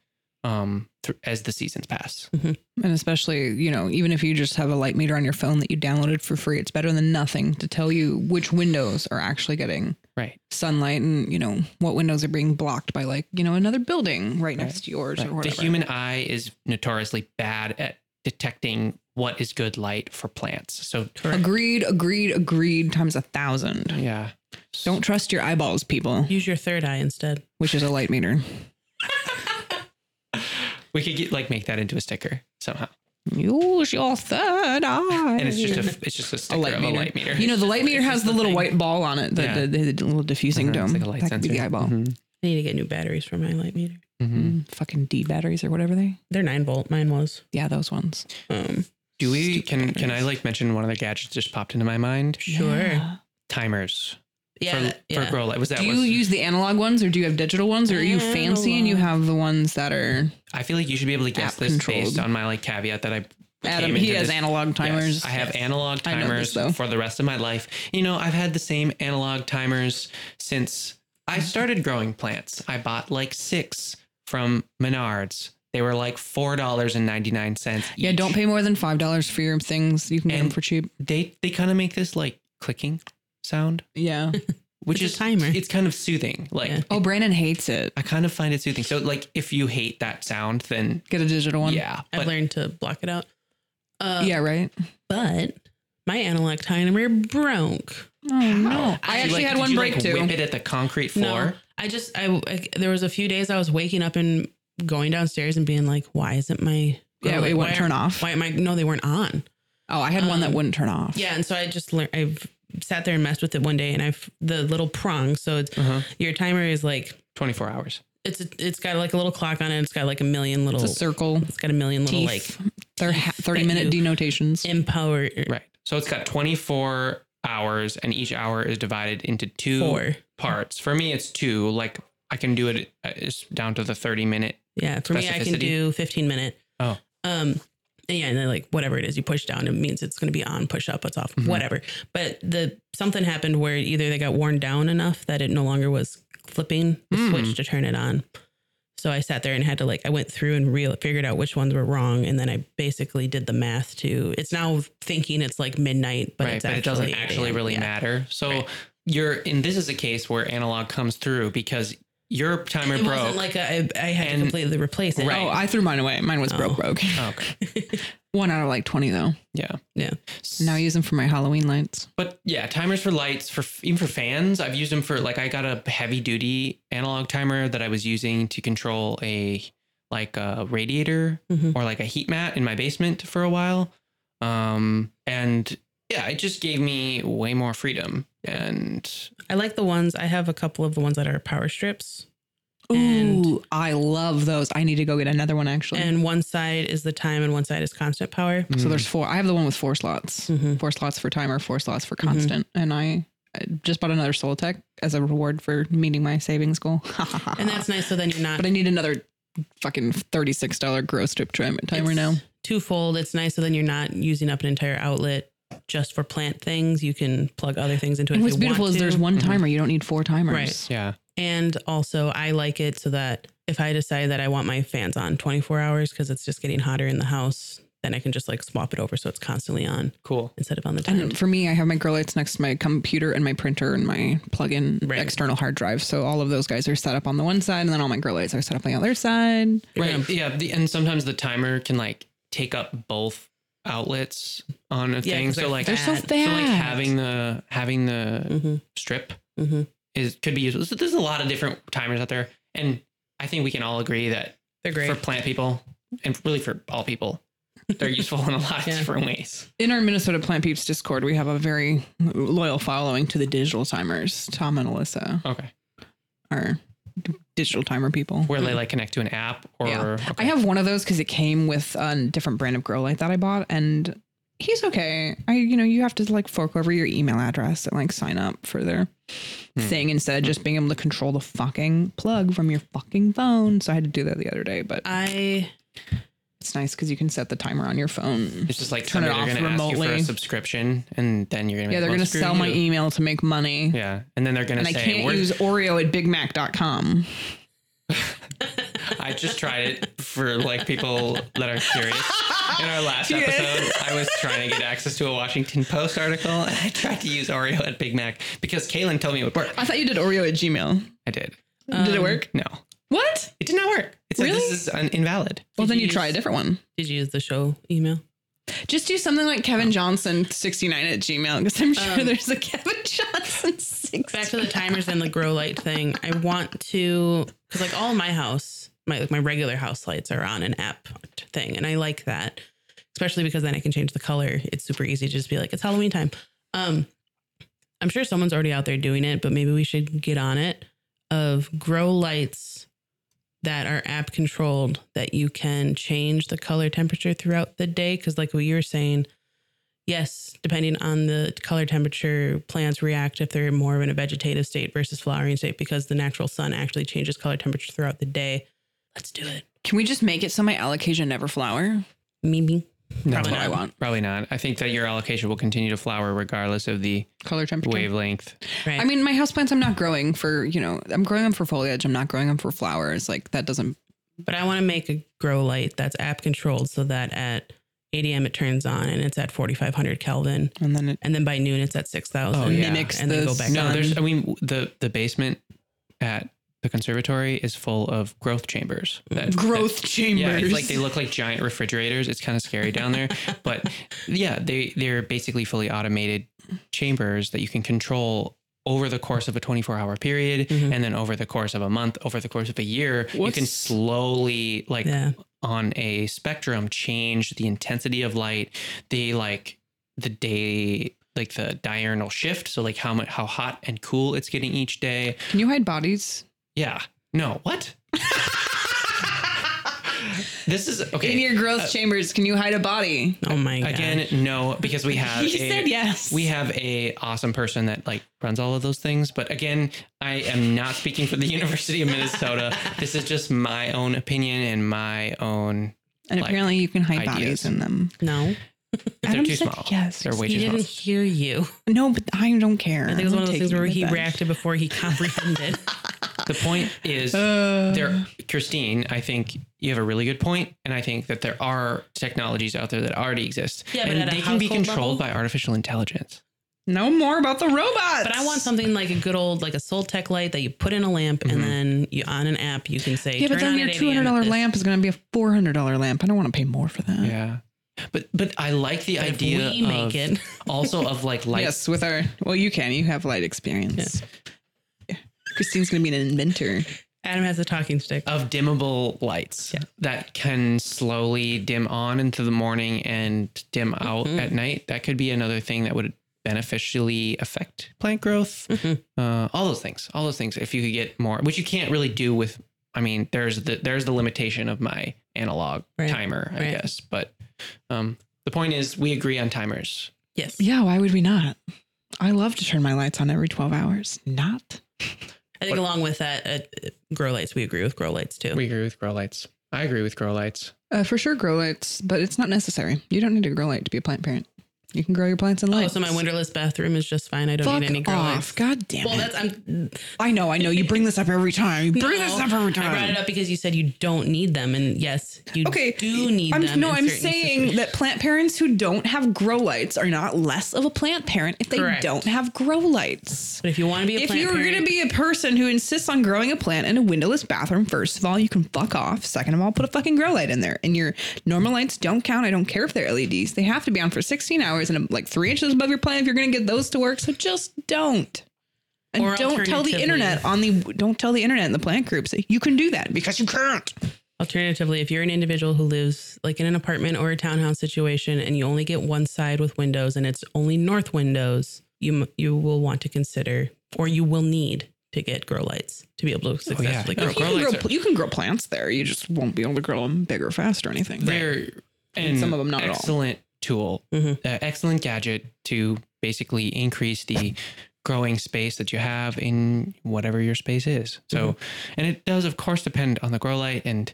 [SPEAKER 3] um thr- as the seasons pass
[SPEAKER 2] And especially, you know, even if you just have a light meter on your phone that you downloaded for free, it's better than nothing to tell you which windows are actually getting
[SPEAKER 3] right
[SPEAKER 2] sunlight and, you know, what windows are being blocked by like, you know, another building right next to yours or
[SPEAKER 3] the
[SPEAKER 2] whatever.
[SPEAKER 3] human eye is notoriously bad at detecting what is good light for plants so
[SPEAKER 2] agreed, agreed, agreed times a thousand.
[SPEAKER 3] yeah
[SPEAKER 2] Don't trust your eyeballs, people,
[SPEAKER 1] Use your third eye instead.
[SPEAKER 2] which is a light meter.
[SPEAKER 3] we could get like make that into a sticker somehow
[SPEAKER 2] Use your third eye.
[SPEAKER 3] and it's just a it's just a sticker of a light meter
[SPEAKER 2] You know, the light meter has the little white ball on it, the,
[SPEAKER 3] Yeah.
[SPEAKER 2] the, the, the little diffusing dome.
[SPEAKER 3] Uh-huh, it's like a light
[SPEAKER 2] that could
[SPEAKER 3] sensor
[SPEAKER 2] be the eyeball.
[SPEAKER 3] Mhm,
[SPEAKER 1] I need to get new batteries for my light meter.
[SPEAKER 3] mhm.
[SPEAKER 2] Mm, Fucking D batteries or whatever they.
[SPEAKER 1] They're nine volt. Mine was.
[SPEAKER 2] Yeah, those ones.
[SPEAKER 1] Um,
[SPEAKER 3] Do we
[SPEAKER 1] Stupid
[SPEAKER 3] can can I
[SPEAKER 1] batteries.
[SPEAKER 3] like mention one of the gadgets just popped into my mind?
[SPEAKER 1] sure. Yeah.
[SPEAKER 2] Yeah.
[SPEAKER 3] Timers.
[SPEAKER 1] yeah,
[SPEAKER 3] for, for grow light. Was that
[SPEAKER 2] Do you
[SPEAKER 3] was,
[SPEAKER 2] use the analog ones or do you have digital ones or are you fancy and you have the ones that are
[SPEAKER 3] I feel like you should be able to guess
[SPEAKER 2] app
[SPEAKER 3] this based
[SPEAKER 2] controlled?
[SPEAKER 3] on my like caveat that I
[SPEAKER 2] Adam
[SPEAKER 3] came
[SPEAKER 2] he
[SPEAKER 3] into
[SPEAKER 2] has
[SPEAKER 3] this-
[SPEAKER 2] analog
[SPEAKER 3] Yes,
[SPEAKER 2] timers.
[SPEAKER 3] I have analog
[SPEAKER 2] I know this,
[SPEAKER 3] timers
[SPEAKER 2] though.
[SPEAKER 3] for the rest of my life. You know, I've had the same analog timers since I started growing plants. I bought like 6 from Menards. They were like $4.99
[SPEAKER 2] Yeah,
[SPEAKER 3] each.
[SPEAKER 2] don't pay more than five dollars for your things. You can get them
[SPEAKER 3] And-
[SPEAKER 2] for cheap.
[SPEAKER 3] They they kind of make this like clicking sound,
[SPEAKER 2] Yeah.
[SPEAKER 3] <laughs> which
[SPEAKER 1] It's a
[SPEAKER 3] is
[SPEAKER 1] timer.
[SPEAKER 3] It's kind of soothing. Like
[SPEAKER 1] Yeah.
[SPEAKER 2] oh, Brandon hates it.
[SPEAKER 3] I kind of find it soothing. So like if you hate that sound, then
[SPEAKER 2] Get a digital one.
[SPEAKER 3] yeah.
[SPEAKER 1] I've
[SPEAKER 3] But
[SPEAKER 1] learned to block it out. Uh,
[SPEAKER 2] Yeah, right.
[SPEAKER 1] but my analog timer broke.
[SPEAKER 2] Oh no.
[SPEAKER 3] Did
[SPEAKER 2] I
[SPEAKER 3] you,
[SPEAKER 2] actually
[SPEAKER 3] like-
[SPEAKER 2] had
[SPEAKER 3] did
[SPEAKER 2] one
[SPEAKER 3] you,
[SPEAKER 2] break
[SPEAKER 3] like,
[SPEAKER 2] too.
[SPEAKER 3] Whip it at the concrete floor.
[SPEAKER 1] No, I just I, I- there was a few days I was waking up and going downstairs and being like, why isn't my
[SPEAKER 2] Yeah,
[SPEAKER 1] like,
[SPEAKER 2] it wouldn't
[SPEAKER 1] why-
[SPEAKER 2] turn off.
[SPEAKER 1] Why am I? No, they weren't on.
[SPEAKER 2] Oh, I had one that
[SPEAKER 1] Um,
[SPEAKER 2] wouldn't turn off.
[SPEAKER 1] Yeah, and so I just learned. I've sat there and messed with it one day, and I've the little prong. So it's
[SPEAKER 3] Uh-huh.
[SPEAKER 1] your timer is like
[SPEAKER 3] 24 hours.
[SPEAKER 1] it's a, it's got like a little clock on it. It's got like a million little.
[SPEAKER 2] It's a
[SPEAKER 1] It's
[SPEAKER 2] circle.
[SPEAKER 1] got a million little
[SPEAKER 2] Teeth.
[SPEAKER 1] like
[SPEAKER 2] They're
[SPEAKER 3] <laughs>
[SPEAKER 2] ha- thirty minute denotations.
[SPEAKER 1] empower
[SPEAKER 3] Right. So it's got 24 hours and each hour is divided into two
[SPEAKER 1] four.
[SPEAKER 3] parts. For me it's two. Like I can do it uh, it's down to the 30 minute.
[SPEAKER 1] Yeah, for me, I can
[SPEAKER 3] Specificity.
[SPEAKER 1] do 15 minute.
[SPEAKER 3] Oh.
[SPEAKER 1] Um, and yeah, and then like whatever it is you push down, it means it's going to be on, push up, it's off,
[SPEAKER 3] Mhm.
[SPEAKER 1] whatever. But the something happened where either they got worn down enough that it no longer was flipping the
[SPEAKER 3] Hmm.
[SPEAKER 1] switch to turn it on. So I sat there and had to like I went through and real figured out which ones were wrong, and then I basically did the math to. It's now thinking it's like midnight, but
[SPEAKER 3] right.
[SPEAKER 1] it's
[SPEAKER 3] But
[SPEAKER 1] actually
[SPEAKER 3] it doesn't actually
[SPEAKER 1] 8 a.m.
[SPEAKER 3] really
[SPEAKER 1] Yeah.
[SPEAKER 3] matter. So you're and this is a case where analog comes through because your timer
[SPEAKER 1] It
[SPEAKER 3] broke.
[SPEAKER 1] wasn't like a, I, I had
[SPEAKER 3] And-
[SPEAKER 1] to completely replace it.
[SPEAKER 3] Right.
[SPEAKER 2] Oh, I threw mine away. Mine was
[SPEAKER 1] Oh.
[SPEAKER 2] broke, broke. <laughs>
[SPEAKER 3] Oh, okay.
[SPEAKER 2] One out of like twenty though.
[SPEAKER 3] Yeah.
[SPEAKER 1] <laughs> Yeah.
[SPEAKER 2] Now I use them for my Halloween lights.
[SPEAKER 3] But yeah, timers for lights for even for fans. I've used them for like I got a heavy duty analog timer that I was using to control a like a radiator
[SPEAKER 1] Mhm.
[SPEAKER 3] or like a heat mat in my basement for a while. Um, and yeah, it just gave me way more freedom. And
[SPEAKER 1] I like the ones. I have a couple of the ones that are power strips,
[SPEAKER 2] Ooh,
[SPEAKER 1] And-
[SPEAKER 2] I love those. I need to go get another one actually.
[SPEAKER 1] and one side is the time, and one side is constant power.
[SPEAKER 2] so there's four. I have the one with four slots.
[SPEAKER 1] Mm-hmm.
[SPEAKER 2] Four slots for timer, four slots for
[SPEAKER 1] Mhm.
[SPEAKER 2] constant. And I, I just bought another Solitech as a reward for meeting my savings goal. <laughs>
[SPEAKER 1] And that's nice. So then you're not
[SPEAKER 2] but I need another fucking thirty-six dollar gross strip timer timer
[SPEAKER 1] It's
[SPEAKER 2] now.
[SPEAKER 1] Twofold. It's nice. So then you're not using up an entire outlet just for plant things. You can plug other things into it.
[SPEAKER 2] And
[SPEAKER 1] if
[SPEAKER 2] what's
[SPEAKER 1] you
[SPEAKER 2] beautiful
[SPEAKER 1] want
[SPEAKER 2] is there's
[SPEAKER 1] to.
[SPEAKER 2] one
[SPEAKER 3] Mhm.
[SPEAKER 2] timer. You don't need four timers.
[SPEAKER 1] Right.
[SPEAKER 3] mm, yeah.
[SPEAKER 1] And also, I like it so that if I decide that I want my fans on 24 hours because it's just getting hotter in the house, then I can just like swap it over so it's constantly on
[SPEAKER 3] Cool.
[SPEAKER 1] instead of on the time.
[SPEAKER 2] And for me, I have my grow lights next to my computer and my printer and my plug-in
[SPEAKER 1] Right.
[SPEAKER 2] external hard drive. So all of those guys are set up on the one side, and then all my grow lights are set up on the other side.
[SPEAKER 1] You're
[SPEAKER 3] Right.
[SPEAKER 1] gonna-
[SPEAKER 3] Yeah. The, and sometimes the timer can like take up both outlets on a
[SPEAKER 1] Yeah,
[SPEAKER 3] thing.
[SPEAKER 1] 'cause
[SPEAKER 3] So
[SPEAKER 1] they're
[SPEAKER 3] like,
[SPEAKER 2] They're so
[SPEAKER 1] Fat.
[SPEAKER 2] fast.
[SPEAKER 1] So,
[SPEAKER 3] so like having the having the
[SPEAKER 1] Mhm,
[SPEAKER 3] strip
[SPEAKER 1] mhm.
[SPEAKER 3] is could be useful. So there's a lot of different timers out there, and I think we can all agree that
[SPEAKER 1] They're great.
[SPEAKER 3] for plant people and really for all people,
[SPEAKER 2] <laughs>
[SPEAKER 3] they're useful in a lot of
[SPEAKER 1] Yeah.
[SPEAKER 3] different ways.
[SPEAKER 2] in our Minnesota Plant Peeps Discord, we have a very loyal following to the digital timers. Tom and Alyssa
[SPEAKER 3] Okay,
[SPEAKER 2] are d- digital timer people.
[SPEAKER 3] where they like connect to an app or
[SPEAKER 2] Mm-hmm. Yeah. I
[SPEAKER 3] okay.
[SPEAKER 2] have one of those because it came with a different brand of grow light that I bought, and he's okay. I, you know, you have to like fork over your email address and like sign up for their
[SPEAKER 3] Hmm.
[SPEAKER 2] thing instead of just being able to control the fucking plug from your fucking phone. So I had to do that the other day, but
[SPEAKER 1] I
[SPEAKER 2] it's nice because you can set the timer on your phone.
[SPEAKER 3] It's just like
[SPEAKER 2] Turn it
[SPEAKER 3] somebody they're
[SPEAKER 2] off
[SPEAKER 3] going to ask you for a
[SPEAKER 2] remotely.
[SPEAKER 3] subscription, and then you're going to
[SPEAKER 2] Yeah, they're gonna sell my email to make money.
[SPEAKER 3] Yeah, and then they're going
[SPEAKER 2] And
[SPEAKER 3] to
[SPEAKER 2] I
[SPEAKER 3] say
[SPEAKER 2] can't
[SPEAKER 3] we're
[SPEAKER 2] use Oreo at BigMac.com.
[SPEAKER 3] <laughs> I just tried it for like people that are
[SPEAKER 2] <laughs>
[SPEAKER 3] curious. In our last
[SPEAKER 2] Yes.
[SPEAKER 3] episode, I was trying to get access to a Washington Post article, and I tried to use Oreo at Big Mac because Kaylin told me it would work.
[SPEAKER 2] I thought you did Oreo at Gmail.
[SPEAKER 3] I did.
[SPEAKER 2] did it
[SPEAKER 1] Um,
[SPEAKER 2] work?
[SPEAKER 3] No,
[SPEAKER 2] What?
[SPEAKER 3] it did not work. It said this
[SPEAKER 2] Really?
[SPEAKER 3] is un- invalid.
[SPEAKER 2] Well,
[SPEAKER 1] Did
[SPEAKER 2] then
[SPEAKER 1] you
[SPEAKER 2] you try a
[SPEAKER 1] use-
[SPEAKER 2] different one.
[SPEAKER 1] did you use the show email.
[SPEAKER 2] Just do something like Kevin Johnson 69 at Gmail because I'm sure
[SPEAKER 1] Um,
[SPEAKER 2] there's a Kevin <laughs> Johnson 69.
[SPEAKER 1] Back to the timers and the grow light thing. I want to because like all my house, my like my regular house lights are on an app thing, and I like that, especially because then I can change the color. It's super easy to just be like, it's Halloween time. Um, I'm sure someone's already out there doing it, but maybe we should get on it. Of grow lights that are app controlled that you can change the color temperature throughout the day. Because like what you were saying, yes, depending on the color temperature, plants react if they're more of in a vegetative state versus flowering state because the natural sun actually changes color temperature throughout the day. Let's do it.
[SPEAKER 2] Can we just make it so my allocation never flower?
[SPEAKER 1] Maybe.
[SPEAKER 3] No,
[SPEAKER 2] That's what I want.
[SPEAKER 3] Probably not. I think that your allocation will continue to flower regardless of the
[SPEAKER 2] Color temperature.
[SPEAKER 3] wavelength.
[SPEAKER 1] Right.
[SPEAKER 2] I mean, my houseplants, I'm not growing for, you know, I'm growing them for foliage. I'm not growing them for flowers. Like, that doesn't.
[SPEAKER 1] but I want to make a grow light that's app controlled so that at 8 a.m. it turns on and it's at 4,500 Kelvin.
[SPEAKER 2] And then it
[SPEAKER 1] And then by noon it's at 6,000.
[SPEAKER 3] Oh, yeah.
[SPEAKER 2] mimics
[SPEAKER 1] And
[SPEAKER 2] the.
[SPEAKER 1] then go back
[SPEAKER 3] No,
[SPEAKER 1] on.
[SPEAKER 3] there's. I mean, the the basement at the conservatory is full of growth chambers.
[SPEAKER 2] <laughs>
[SPEAKER 3] That,
[SPEAKER 2] growth chambers.
[SPEAKER 3] Yeah, it's like they look like giant refrigerators. It's kind of scary down there, but yeah, they they're basically fully automated chambers that you can control over the course of a 24 hour period
[SPEAKER 1] Mhm.
[SPEAKER 3] and then over the course of a month over the course of a year you can
[SPEAKER 2] What's-
[SPEAKER 3] slowly like
[SPEAKER 1] Yeah.
[SPEAKER 3] on a spectrum change the intensity of light the like the day like the diurnal shift so like how much how hot and cool it's getting each day
[SPEAKER 2] <laughs> Can you hide bodies?
[SPEAKER 3] yeah no what <laughs> this is okay Uh,
[SPEAKER 2] In your growth chambers, can you hide a body?
[SPEAKER 1] Oh my God.
[SPEAKER 3] Again, no, because we have
[SPEAKER 2] <laughs> He
[SPEAKER 3] a-
[SPEAKER 2] said yes.
[SPEAKER 3] we have a awesome person that like runs all of those things. But again, I am not speaking for the <laughs> University of Minnesota. this is just my own opinion and my own.
[SPEAKER 2] And
[SPEAKER 3] like,
[SPEAKER 2] apparently, you can hide
[SPEAKER 3] ideas.
[SPEAKER 2] bodies in them.
[SPEAKER 1] No,
[SPEAKER 3] They're
[SPEAKER 2] Adam
[SPEAKER 3] too
[SPEAKER 2] said
[SPEAKER 3] small.
[SPEAKER 2] yes.
[SPEAKER 3] They're way
[SPEAKER 1] he
[SPEAKER 3] too small.
[SPEAKER 1] didn't hear you.
[SPEAKER 2] No, but I don't care.
[SPEAKER 1] I think it was one of those things where he reacted before he <laughs> comprehended.
[SPEAKER 3] The point
[SPEAKER 2] <laughs>
[SPEAKER 3] is,
[SPEAKER 2] Uh,
[SPEAKER 3] there, Christine. I think you have a really good point, and I think that there are technologies out there that already exist,
[SPEAKER 1] Yeah, but
[SPEAKER 3] and
[SPEAKER 1] at a
[SPEAKER 3] they can be
[SPEAKER 1] household
[SPEAKER 3] controlled
[SPEAKER 1] level?
[SPEAKER 3] by artificial intelligence.
[SPEAKER 2] No more about the robots.
[SPEAKER 1] But I want something like a good old like a Soul Tech light that you put in a lamp
[SPEAKER 3] Mhm.
[SPEAKER 1] and then you on an app you can say
[SPEAKER 2] Yeah, but
[SPEAKER 1] "Turn on
[SPEAKER 2] then your
[SPEAKER 1] at
[SPEAKER 2] two
[SPEAKER 1] 8
[SPEAKER 2] hundred
[SPEAKER 1] a.m. at
[SPEAKER 2] dollar
[SPEAKER 1] this."
[SPEAKER 2] lamp is going to be a four hundred dollar lamp. I don't want to pay more for that.
[SPEAKER 3] Yeah, but but I like the
[SPEAKER 1] Uh-huh. But if
[SPEAKER 3] idea
[SPEAKER 1] we make
[SPEAKER 3] of-
[SPEAKER 1] it.
[SPEAKER 3] also of like light
[SPEAKER 2] Yes, with our well, you can. You have light experience. Christine's going to be an inventor.
[SPEAKER 1] Adam has a talking stick.
[SPEAKER 3] of dimmable lights that can slowly dim on into the morning and dim out
[SPEAKER 1] Mhm.
[SPEAKER 3] at night. That could be another thing that would beneficially affect plant growth.
[SPEAKER 1] Mhm.
[SPEAKER 3] Uh, all those things, all those things. If you could get more, which you can't really do with, I mean, there's the there's the limitation of my analog
[SPEAKER 1] Right.
[SPEAKER 3] timer, I
[SPEAKER 1] Right.
[SPEAKER 3] guess. But um, the point is, we agree on timers.
[SPEAKER 1] Yes.
[SPEAKER 2] Yeah, why would we not? I love to turn my lights on every 12 hours. Not.
[SPEAKER 1] I think along with that, uh, grow lights, we agree with grow lights too.
[SPEAKER 3] We agree with grow lights. I agree with grow lights.
[SPEAKER 2] Uh, for sure, grow lights, but it's not necessary. You don't need a grow light to be a plant parent. You can grow your plants in
[SPEAKER 1] oh,
[SPEAKER 2] lights.
[SPEAKER 1] so my windowless bathroom is just fine. I don't
[SPEAKER 2] Fuck
[SPEAKER 1] need any grow
[SPEAKER 2] off.
[SPEAKER 1] lights.
[SPEAKER 2] God damn
[SPEAKER 1] Well,
[SPEAKER 2] it.
[SPEAKER 1] that's I'm.
[SPEAKER 2] I know, I know. You bring this up every time. You bring
[SPEAKER 1] No,
[SPEAKER 2] this up every time.
[SPEAKER 1] I brought it up because you said you don't need them, and yes, you
[SPEAKER 2] okay.
[SPEAKER 1] do need
[SPEAKER 2] I'm,
[SPEAKER 1] them.
[SPEAKER 2] No,
[SPEAKER 1] in
[SPEAKER 2] I'm
[SPEAKER 1] certain
[SPEAKER 2] saying
[SPEAKER 1] situations.
[SPEAKER 2] that plant parents who don't have grow lights are not less of a plant parent if they
[SPEAKER 1] Correct.
[SPEAKER 2] don't have grow lights.
[SPEAKER 1] But if you want to be a
[SPEAKER 2] If
[SPEAKER 1] plant
[SPEAKER 2] you're
[SPEAKER 1] parent,
[SPEAKER 2] going to be a person who insists on growing a plant in a windowless bathroom, first of all, you can fuck off. Second of all, put a fucking grow light in there. And your normal lights don't count. I don't care if they're LEDs. They have to be on for 16 hours and like three inches above your plant if you're going to get those to work. So just don't. And
[SPEAKER 1] Or
[SPEAKER 2] don't tell the
[SPEAKER 1] alternatively-
[SPEAKER 2] internet on the don't tell the internet in the plant groups that you can do that because you can't.
[SPEAKER 1] Alternatively, if you're an individual who lives like in an apartment or a townhouse situation and you only get one side with windows and it's only north windows, you m- you will want to consider or you will need to get grow lights to be able to
[SPEAKER 3] Oh, yeah.
[SPEAKER 1] successfully
[SPEAKER 3] No,
[SPEAKER 1] grow.
[SPEAKER 2] you, can
[SPEAKER 3] lights
[SPEAKER 2] grow,
[SPEAKER 3] are-
[SPEAKER 2] pl- you can grow plants there. You just won't be able to grow them big or fast or anything.
[SPEAKER 3] They're
[SPEAKER 2] And some of them not at all.
[SPEAKER 3] Mm, excellent tool,
[SPEAKER 1] Mhm.
[SPEAKER 3] uh, excellent gadget to basically increase the growing space that you have in whatever your space is. So,
[SPEAKER 1] Mm-hmm.
[SPEAKER 3] and it does of course depend on the grow light, and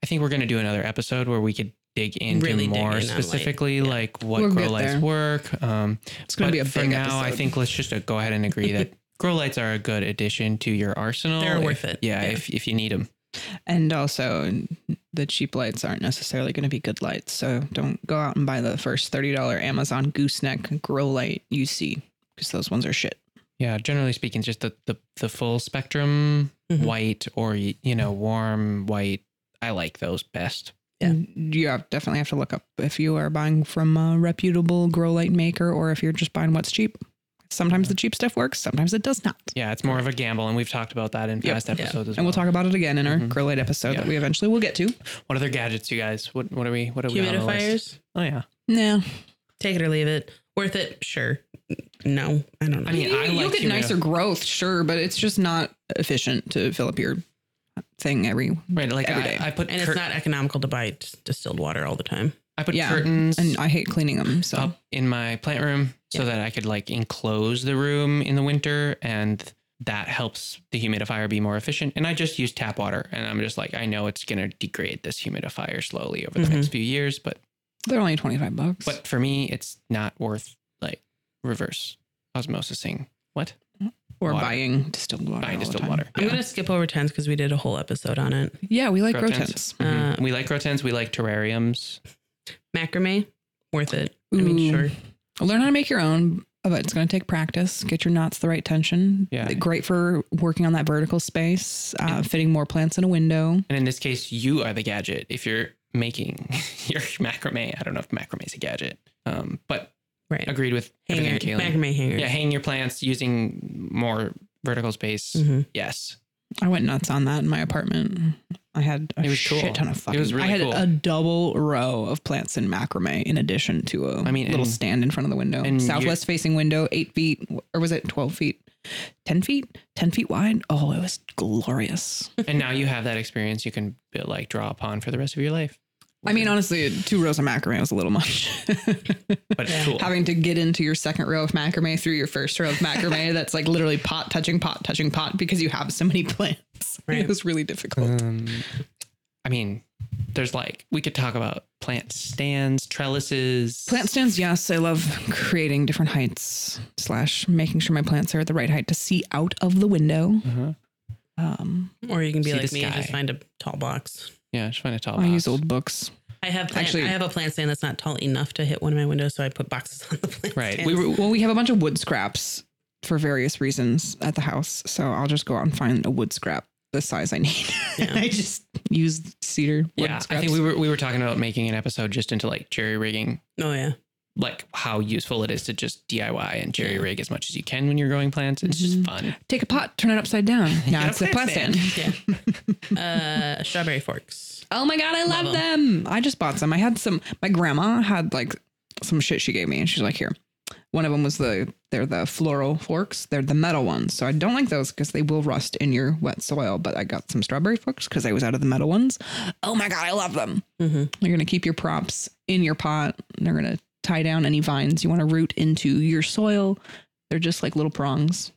[SPEAKER 3] I think we're going to do another episode where we could dig into
[SPEAKER 1] Really dig
[SPEAKER 3] more
[SPEAKER 1] in on light.
[SPEAKER 3] specifically like what
[SPEAKER 2] We'll
[SPEAKER 3] grow
[SPEAKER 2] get
[SPEAKER 3] lights
[SPEAKER 2] there.
[SPEAKER 3] work. Um,
[SPEAKER 2] It's going to
[SPEAKER 3] but
[SPEAKER 2] be a
[SPEAKER 3] for
[SPEAKER 2] big
[SPEAKER 3] now. I
[SPEAKER 2] episode.
[SPEAKER 3] think let's just uh, go ahead and agree
[SPEAKER 2] <laughs>
[SPEAKER 3] that. Grow lights are a good addition to your arsenal.
[SPEAKER 1] They're
[SPEAKER 3] if-
[SPEAKER 1] worth it.
[SPEAKER 3] Yeah,
[SPEAKER 1] Yeah.
[SPEAKER 3] if if you need them.
[SPEAKER 2] And also, the cheap lights aren't necessarily going to be good lights. So don't go out and buy the first $30 Amazon gooseneck grow light you see because those ones are shit.
[SPEAKER 3] Yeah, generally speaking, just the the, the full spectrum
[SPEAKER 2] Mm-hmm.
[SPEAKER 1] Mhm.
[SPEAKER 3] white or y- you know warm white. I like those best.
[SPEAKER 1] Yeah.
[SPEAKER 2] And You have, definitely have to look up if you are buying from a reputable grow light maker or if you're just buying what's cheap. Sometimes the cheap stuff works, sometimes it does not.
[SPEAKER 3] Yeah, it's more of a gamble, and we've talked about that in
[SPEAKER 2] Yep.
[SPEAKER 3] past
[SPEAKER 1] Yeah.
[SPEAKER 3] episodes as well.
[SPEAKER 2] And we'll talk about it again in our
[SPEAKER 3] Mhm.
[SPEAKER 2] grow light episode that
[SPEAKER 3] Yeah.
[SPEAKER 2] we eventually will get to.
[SPEAKER 3] What other gadgets, you guys? What what are we? What are we on the list?
[SPEAKER 1] Humidifiers,
[SPEAKER 3] Oh yeah,
[SPEAKER 2] Yeah.
[SPEAKER 1] take it or leave it. Worth it? Sure. N- No, I don't know.
[SPEAKER 3] I mean, I
[SPEAKER 2] you'll
[SPEAKER 3] like uh,
[SPEAKER 2] get
[SPEAKER 3] humidif-
[SPEAKER 2] nicer growth, sure, but it's just not efficient to fill up your thing every
[SPEAKER 3] right. Like
[SPEAKER 2] Mm-hmm. Every day.
[SPEAKER 3] I, I put
[SPEAKER 1] and it's
[SPEAKER 3] cur-
[SPEAKER 1] not economical to buy dis- distilled water all the time.
[SPEAKER 3] I put
[SPEAKER 2] yeah,
[SPEAKER 3] curtains
[SPEAKER 2] and uh-huh. I hate cleaning them. So
[SPEAKER 3] up in my plant room so that I could like enclose the room in the winter and. That helps the humidifier be more efficient. And I just use tap water. And I'm just like, I know it's going to degrade this humidifier slowly over the
[SPEAKER 2] Mm-hmm.
[SPEAKER 1] Mhm.
[SPEAKER 3] next few years, but
[SPEAKER 2] they're only twenty five bucks.
[SPEAKER 3] But for me, it's not worth like reverse osmosising. What?
[SPEAKER 2] or
[SPEAKER 3] water.
[SPEAKER 2] buying distilled water.
[SPEAKER 3] Buying
[SPEAKER 2] all the
[SPEAKER 3] distilled
[SPEAKER 2] time.
[SPEAKER 3] water.
[SPEAKER 1] I'm going to skip over tens because we did a whole episode on it.
[SPEAKER 2] Yeah, we like grow
[SPEAKER 3] Grow
[SPEAKER 2] tents.
[SPEAKER 3] tents. Mhm.
[SPEAKER 1] Uh,
[SPEAKER 3] we like rotens. We like terrariums.
[SPEAKER 1] Macrame, worth it. I mean,
[SPEAKER 2] Ooh.
[SPEAKER 1] sure.
[SPEAKER 2] Learn how to make your own, but it's going to take practice. Get your knots the right tension.
[SPEAKER 3] Mm. Yeah.
[SPEAKER 2] great for working on that vertical space, uh, fitting more plants in a window.
[SPEAKER 3] And in this case, you are the gadget if you're making <laughs> your macrame. I don't know if macrame is a gadget, um, but
[SPEAKER 1] Right.
[SPEAKER 3] agreed with
[SPEAKER 1] Hanger,
[SPEAKER 3] everything, Kaylin.
[SPEAKER 1] macrame hangers.
[SPEAKER 3] Yeah, hang your plants using more vertical space.
[SPEAKER 1] Mhm.
[SPEAKER 3] Yes.
[SPEAKER 2] I went nuts on that in my apartment. I had a
[SPEAKER 3] It was
[SPEAKER 2] shit
[SPEAKER 3] cool.
[SPEAKER 2] ton of fucking.
[SPEAKER 3] It was really
[SPEAKER 2] I had
[SPEAKER 3] cool.
[SPEAKER 2] a double row of plants in macrame in addition to a
[SPEAKER 3] I mean,
[SPEAKER 2] little
[SPEAKER 3] and-
[SPEAKER 2] stand in front of the window,
[SPEAKER 3] and you're-
[SPEAKER 2] southwest facing window, eight feet or was it twelve feet, ten feet, ten feet wide. Oh, it was glorious.
[SPEAKER 3] and now you have that experience you can like draw upon for the rest of your life.
[SPEAKER 2] I mean, honestly, two rows of macrame was a little much. <laughs>
[SPEAKER 1] <laughs>
[SPEAKER 3] But it's cool.
[SPEAKER 2] Having to get into your second row of macrame through your first row of macrame, that's like literally pot touching pot touching pot because you have so many plants. <laughs>
[SPEAKER 1] Right.
[SPEAKER 2] It was really difficult.
[SPEAKER 3] Um, I mean, there's like we could talk about plant stands, trellises,
[SPEAKER 2] Plant stands, yes. I love creating different heights slash making sure my plants are at the right height to see out of the window.
[SPEAKER 3] Uh-huh.
[SPEAKER 2] Um,
[SPEAKER 1] Or you can be
[SPEAKER 3] See
[SPEAKER 1] like
[SPEAKER 3] the
[SPEAKER 1] me and just
[SPEAKER 3] sky.
[SPEAKER 1] find a tall box.
[SPEAKER 3] Yeah, just find a tall.
[SPEAKER 2] I
[SPEAKER 3] box.
[SPEAKER 2] use old books.
[SPEAKER 1] I have plant,
[SPEAKER 2] Actually-
[SPEAKER 1] I have a plant stand that's not tall enough to hit one of my windows, so I put boxes on the plant.
[SPEAKER 3] Right.
[SPEAKER 1] stand.
[SPEAKER 3] We were
[SPEAKER 2] Well, we have a bunch of wood scraps for various reasons at the house, so I'll just go out and find a wood scrap the size I need.
[SPEAKER 1] Yeah.
[SPEAKER 2] <laughs> I just use cedar. wood
[SPEAKER 3] yeah. I
[SPEAKER 2] scraps.
[SPEAKER 3] think we were we were talking about making an episode just into like cherry rigging
[SPEAKER 1] oh yeah,
[SPEAKER 3] like how useful it is to just DIY and jerry
[SPEAKER 2] Yeah.
[SPEAKER 3] rig as much as you can when you're growing plants. It's
[SPEAKER 2] Mhm.
[SPEAKER 3] just fun.
[SPEAKER 2] Take a pot, turn it upside down. Now
[SPEAKER 3] a
[SPEAKER 2] it's a
[SPEAKER 3] plant
[SPEAKER 2] plastic.
[SPEAKER 1] Yeah. uh, strawberry forks.
[SPEAKER 2] <laughs> Oh my god, I love,
[SPEAKER 1] Love
[SPEAKER 2] them. I just bought some. I had some. My grandma had like some shit she gave me, and she's like, "Here." One of them was the they're the floral forks. They're the metal ones, so I don't like those because they will rust in your wet soil. But I got some strawberry forks because I was out of the metal ones. Oh my god, I love them.
[SPEAKER 1] Mm-hmm.
[SPEAKER 2] You're gonna keep your props in your pot. They're gonna tie down any vines you want to root into your soil. They're just like little prongs,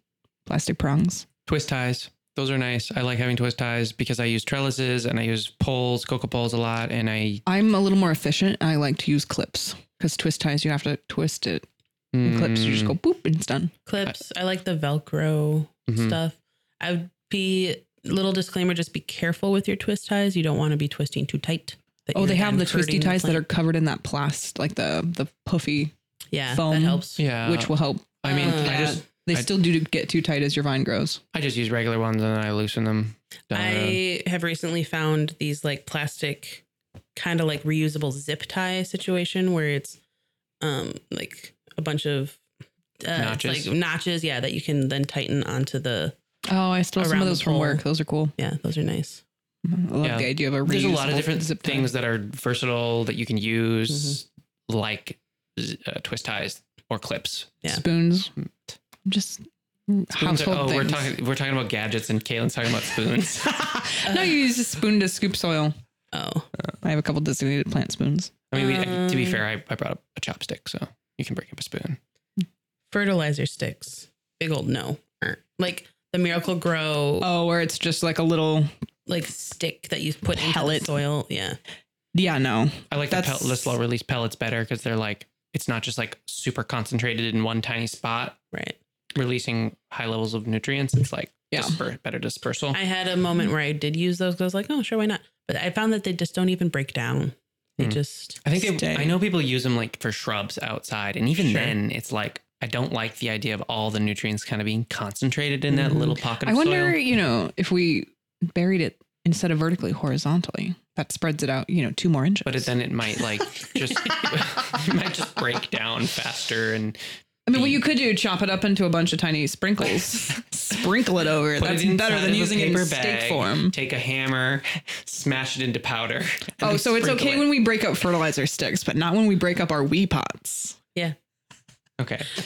[SPEAKER 2] plastic prongs.
[SPEAKER 3] Twist ties. Those are nice. I like having twist ties because I use trellises and I use poles, cocoa poles a lot. And I
[SPEAKER 2] I'm a little more efficient. I like to use clips because twist ties you have to twist it and clips. You just
[SPEAKER 3] Mm,
[SPEAKER 2] go boop and it's done.
[SPEAKER 1] Clips. I like the Velcro
[SPEAKER 2] Mm-hmm.
[SPEAKER 3] mhm.
[SPEAKER 1] stuff. I would be little disclaimer. Just be careful with your twist ties. You don't want to be twisting too tight. that
[SPEAKER 2] Oh,
[SPEAKER 1] you're
[SPEAKER 2] they have
[SPEAKER 1] then
[SPEAKER 2] the twisty
[SPEAKER 1] hurting the
[SPEAKER 2] ties that are
[SPEAKER 1] plant.
[SPEAKER 2] covered in that plast, like the the puffy,
[SPEAKER 1] yeah
[SPEAKER 2] foam.
[SPEAKER 1] that helps.
[SPEAKER 3] Yeah.
[SPEAKER 2] which will help.
[SPEAKER 3] I mean,
[SPEAKER 1] Uh,
[SPEAKER 3] I just
[SPEAKER 2] They
[SPEAKER 3] Oh. I-
[SPEAKER 2] still do get too tight as your vine grows.
[SPEAKER 3] I just use regular ones and then I loosen them. down the
[SPEAKER 1] I
[SPEAKER 3] road.
[SPEAKER 1] have recently found these like plastic, kind of like reusable zip tie situation where it's um like a bunch of uh, it's
[SPEAKER 3] Notches?
[SPEAKER 1] like notches, yeah, that you can then tighten onto the
[SPEAKER 2] Oh, I stole some
[SPEAKER 1] Around
[SPEAKER 2] of
[SPEAKER 1] the
[SPEAKER 2] those from
[SPEAKER 1] pole.
[SPEAKER 2] work. Those are cool.
[SPEAKER 1] yeah. Those are nice.
[SPEAKER 2] I love
[SPEAKER 3] Yeah.
[SPEAKER 2] the idea of a.
[SPEAKER 3] There's a lot of
[SPEAKER 2] reusable
[SPEAKER 3] different
[SPEAKER 2] zip tie.
[SPEAKER 3] things that are versatile that you can use,
[SPEAKER 2] Mm-hmm.
[SPEAKER 3] like z- uh, twist ties or clips.
[SPEAKER 1] Yeah.
[SPEAKER 2] Spoons, just
[SPEAKER 3] Spoons are-
[SPEAKER 2] household
[SPEAKER 3] oh,
[SPEAKER 2] things.
[SPEAKER 3] we're talking we're talking about gadgets, and Caitlin's talking
[SPEAKER 2] <laughs>
[SPEAKER 3] about spoons. <laughs>
[SPEAKER 2] no, you use a spoon to scoop soil.
[SPEAKER 1] Oh,
[SPEAKER 2] I have a couple designated plant spoons.
[SPEAKER 3] I mean, we, I- to be
[SPEAKER 1] Um,
[SPEAKER 3] fair, I, I brought up a chopstick, so you can break up a spoon.
[SPEAKER 1] fertilizer sticks. Big old no. Er. Like the Miracle Grow
[SPEAKER 2] Oh, where it's just like a little.
[SPEAKER 1] like stick that you put into
[SPEAKER 2] Pellet.
[SPEAKER 1] the soil. Yeah.
[SPEAKER 2] Yeah, no.
[SPEAKER 3] I like the,
[SPEAKER 2] That's-
[SPEAKER 3] pellet the slow release pellets better because they're like it's not just like super concentrated in one tiny spot,
[SPEAKER 1] Right.
[SPEAKER 3] releasing high levels of nutrients. It's like
[SPEAKER 2] Yeah.
[SPEAKER 3] disper- better dispersal.
[SPEAKER 1] I had a moment where I did use those 'cause I was like, oh, sure, why not? But I found that they just don't even break down. They
[SPEAKER 3] Hmm.
[SPEAKER 1] just
[SPEAKER 3] I think
[SPEAKER 2] Stay.
[SPEAKER 3] they, I know people use them like for shrubs outside, and even
[SPEAKER 1] Sure.
[SPEAKER 3] then, it's like I don't like the idea of all the nutrients kind of being concentrated in that
[SPEAKER 1] Mhm.
[SPEAKER 3] little pocket.
[SPEAKER 2] Mm. I
[SPEAKER 3] of
[SPEAKER 2] wonder,
[SPEAKER 3] soil.
[SPEAKER 2] you know, if we buried it instead of vertically, horizontally, that spreads it out, you know, two more inches.
[SPEAKER 3] but it, then it might like
[SPEAKER 2] <laughs>
[SPEAKER 3] just <laughs> it might just break down
[SPEAKER 2] <laughs>
[SPEAKER 3] faster and
[SPEAKER 2] I mean, what you could do, chop it up into a bunch of tiny
[SPEAKER 3] <laughs>
[SPEAKER 2] sprinkles, sprinkle it over.
[SPEAKER 3] put
[SPEAKER 2] That's
[SPEAKER 3] it
[SPEAKER 2] better
[SPEAKER 3] inside
[SPEAKER 2] than
[SPEAKER 3] of a
[SPEAKER 2] using it in
[SPEAKER 3] paper
[SPEAKER 2] steak
[SPEAKER 3] bag,
[SPEAKER 2] form.
[SPEAKER 3] Take a hammer, smash it into powder. and
[SPEAKER 2] Oh,
[SPEAKER 3] then
[SPEAKER 2] so it's
[SPEAKER 3] sprinkle
[SPEAKER 2] okay
[SPEAKER 3] it.
[SPEAKER 2] when we break up fertilizer sticks, but not when we break up our wee pots.
[SPEAKER 3] okay.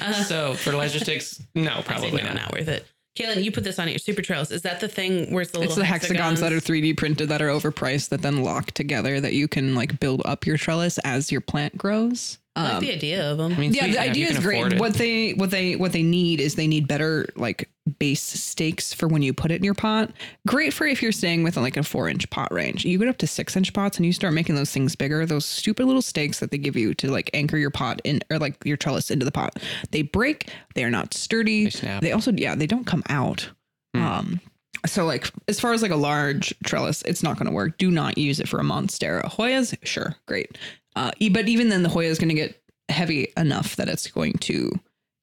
[SPEAKER 2] Uh.
[SPEAKER 1] uh,
[SPEAKER 3] so fertilizer sticks?
[SPEAKER 2] <laughs>
[SPEAKER 3] No,
[SPEAKER 1] I say,
[SPEAKER 3] probably
[SPEAKER 1] no,
[SPEAKER 3] not.
[SPEAKER 1] not worth it. Kaylin, you put this on your super trails. Is that the thing where it's the
[SPEAKER 2] It's
[SPEAKER 1] little
[SPEAKER 2] the hexagons that are 3D printed that are overpriced that then lock together that you can like build up your trellis as your plant grows.
[SPEAKER 1] I like
[SPEAKER 2] Um,
[SPEAKER 1] the idea of them.
[SPEAKER 3] I mean,
[SPEAKER 2] yeah,
[SPEAKER 3] sweet,
[SPEAKER 2] the
[SPEAKER 3] if you
[SPEAKER 2] idea
[SPEAKER 3] can
[SPEAKER 2] is
[SPEAKER 3] afford
[SPEAKER 2] great.
[SPEAKER 3] it.
[SPEAKER 2] What they what they what they need is they need better like base stakes for when you put it in your pot. Great for if you're staying within like a four inch pot range. You get up to six inch pots and you start making those things bigger. Those stupid little stakes that they give you to like anchor your pot in or like your trellis into the pot. They break. They are not sturdy.
[SPEAKER 3] They snap.
[SPEAKER 2] They also yeah they don't come out.
[SPEAKER 3] Hmm.
[SPEAKER 2] Um. So like as far as like a large trellis, it's not going to work. Do not use it for a monstera. Hoyas, sure, great. Uh, e- but even then, the Hoya is going to get heavy enough that it's going to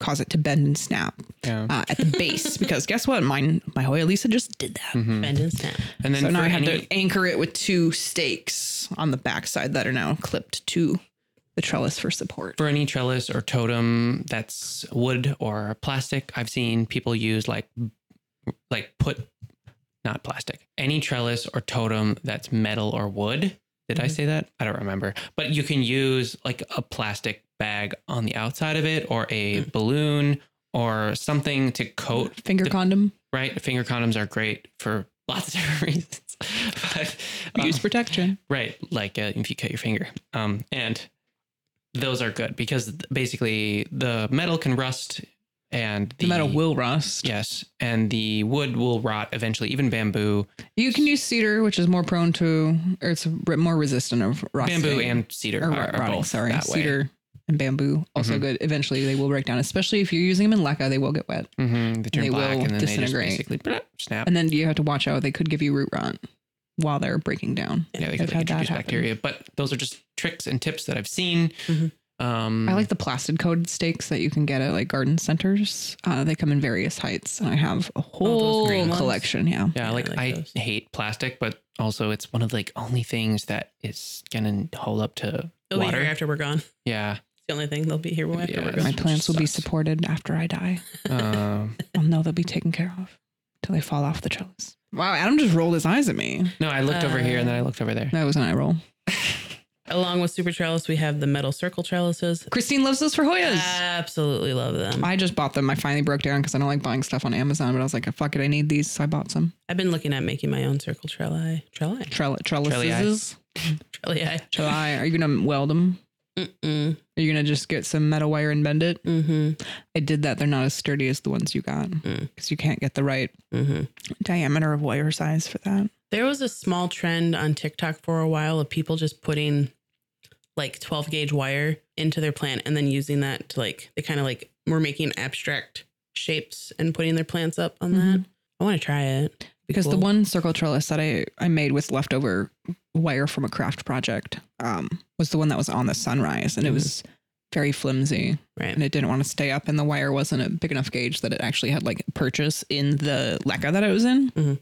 [SPEAKER 2] cause it to bend and snap
[SPEAKER 3] Yeah.
[SPEAKER 2] uh, at the
[SPEAKER 3] <laughs>
[SPEAKER 2] base. because guess what? Mine, my Hoya Lisa just did that.
[SPEAKER 3] Mhm.
[SPEAKER 1] Bend and snap.
[SPEAKER 3] And then
[SPEAKER 2] so now
[SPEAKER 3] for
[SPEAKER 2] I have
[SPEAKER 3] any-
[SPEAKER 2] to anchor it with two stakes on the backside that are now clipped to the trellis for support.
[SPEAKER 3] for any trellis or totem that's wood or plastic i've seen people use like like put not plastic any trellis or totem that's metal or wood did i
[SPEAKER 1] Mhm.
[SPEAKER 3] say that i don't remember but you can use like a plastic bag on the outside of it or a balloon or something to coat
[SPEAKER 2] Finger
[SPEAKER 3] the-
[SPEAKER 2] condom,
[SPEAKER 3] right finger condoms are great for lots of different <laughs> reasons but um,
[SPEAKER 2] use protection.
[SPEAKER 3] Right, like uh, if you cut your finger. Um, and those are good because basically the metal can rust, and
[SPEAKER 2] The metal will rust.
[SPEAKER 3] Yes, and the wood will rot eventually. Even bamboo,
[SPEAKER 2] You can use cedar, which is more prone to, or it's re- more resistant of rusting.
[SPEAKER 3] bamboo and cedar
[SPEAKER 2] or
[SPEAKER 3] are, are
[SPEAKER 2] rotting,
[SPEAKER 3] both
[SPEAKER 2] sorry,
[SPEAKER 3] that
[SPEAKER 2] cedar and bamboo also
[SPEAKER 3] Mhm.
[SPEAKER 2] good. Eventually, they will break down, especially if you're using them in leca. They will get wet,
[SPEAKER 3] way. hmm They turn
[SPEAKER 2] They
[SPEAKER 3] black
[SPEAKER 2] will
[SPEAKER 3] and then they just
[SPEAKER 2] disintegrate.
[SPEAKER 3] basically bleh, snap.
[SPEAKER 2] and then you have to watch out. They could give you root rot while they're breaking down.
[SPEAKER 3] yeah, they
[SPEAKER 2] I've
[SPEAKER 3] could
[SPEAKER 2] had
[SPEAKER 3] like,
[SPEAKER 2] that
[SPEAKER 3] introduce
[SPEAKER 2] happen.
[SPEAKER 3] bacteria. But those are just tricks and tips that I've seen.
[SPEAKER 1] Mhm.
[SPEAKER 3] Um,
[SPEAKER 2] Mm-hmm. I like the plastic coated stakes that you can get at like garden centers. Uh, they come in various heights, and I have a whole
[SPEAKER 1] green ones?
[SPEAKER 2] collection. Yeah,
[SPEAKER 3] Yeah,
[SPEAKER 1] Yeah, I
[SPEAKER 3] like
[SPEAKER 1] like
[SPEAKER 3] I
[SPEAKER 1] those.
[SPEAKER 3] hate plastic, but also it's one of like only things that is gonna hold up to
[SPEAKER 1] It'll be
[SPEAKER 3] water.
[SPEAKER 1] here after we're gone.
[SPEAKER 3] Yeah.
[SPEAKER 1] the only thing they'll be here after we're
[SPEAKER 3] Yeah.
[SPEAKER 1] gone.
[SPEAKER 2] My plants will be
[SPEAKER 3] Sucks.
[SPEAKER 2] supported after I die.
[SPEAKER 3] Um,
[SPEAKER 2] I'll know they'll be taken care of till they fall off the trellis. Wow, Adam just rolled his eyes at me.
[SPEAKER 3] no, I looked over here and then
[SPEAKER 2] Uh,
[SPEAKER 3] I looked over there.
[SPEAKER 2] That was an eye roll.
[SPEAKER 1] Along with super trellis, we have the metal circle trellises.
[SPEAKER 2] Christine loves those for Hoyas.
[SPEAKER 1] Uh, Absolutely love them.
[SPEAKER 2] I just bought them. I finally broke down because I don't like buying stuff on Amazon, but I was like, fuck it, I need these. So I bought some.
[SPEAKER 1] I've been looking at making my own circle trelli. Trelli.
[SPEAKER 2] Trell- trellises.
[SPEAKER 1] Trelli.
[SPEAKER 2] Trelli. Are you going to weld them?
[SPEAKER 1] Mm-mm.
[SPEAKER 2] Are you going to just get some metal wire and bend it?
[SPEAKER 1] Mm-hmm.
[SPEAKER 2] I did that. They're not as sturdy as the ones you got because
[SPEAKER 1] Mm.
[SPEAKER 2] you can't get the right
[SPEAKER 1] Mm-hmm.
[SPEAKER 2] diameter of wire size for that.
[SPEAKER 1] There was a small trend on TikTok for a while of people just putting like 12 gauge wire into their plant and then using that to like, they kind of like were making abstract shapes and putting their plants up on that. I want to try it. Be
[SPEAKER 2] Mm-hmm. Because the
[SPEAKER 1] cool.
[SPEAKER 2] one circle trellis that I, I made with leftover wire from a craft project um, was the one that was on the sunrise and it
[SPEAKER 1] Mhm.
[SPEAKER 2] was very flimsy and
[SPEAKER 1] right.
[SPEAKER 2] it didn't want to stay up and the wire wasn't a big enough gauge that it actually had like purchase in the leca that it was in.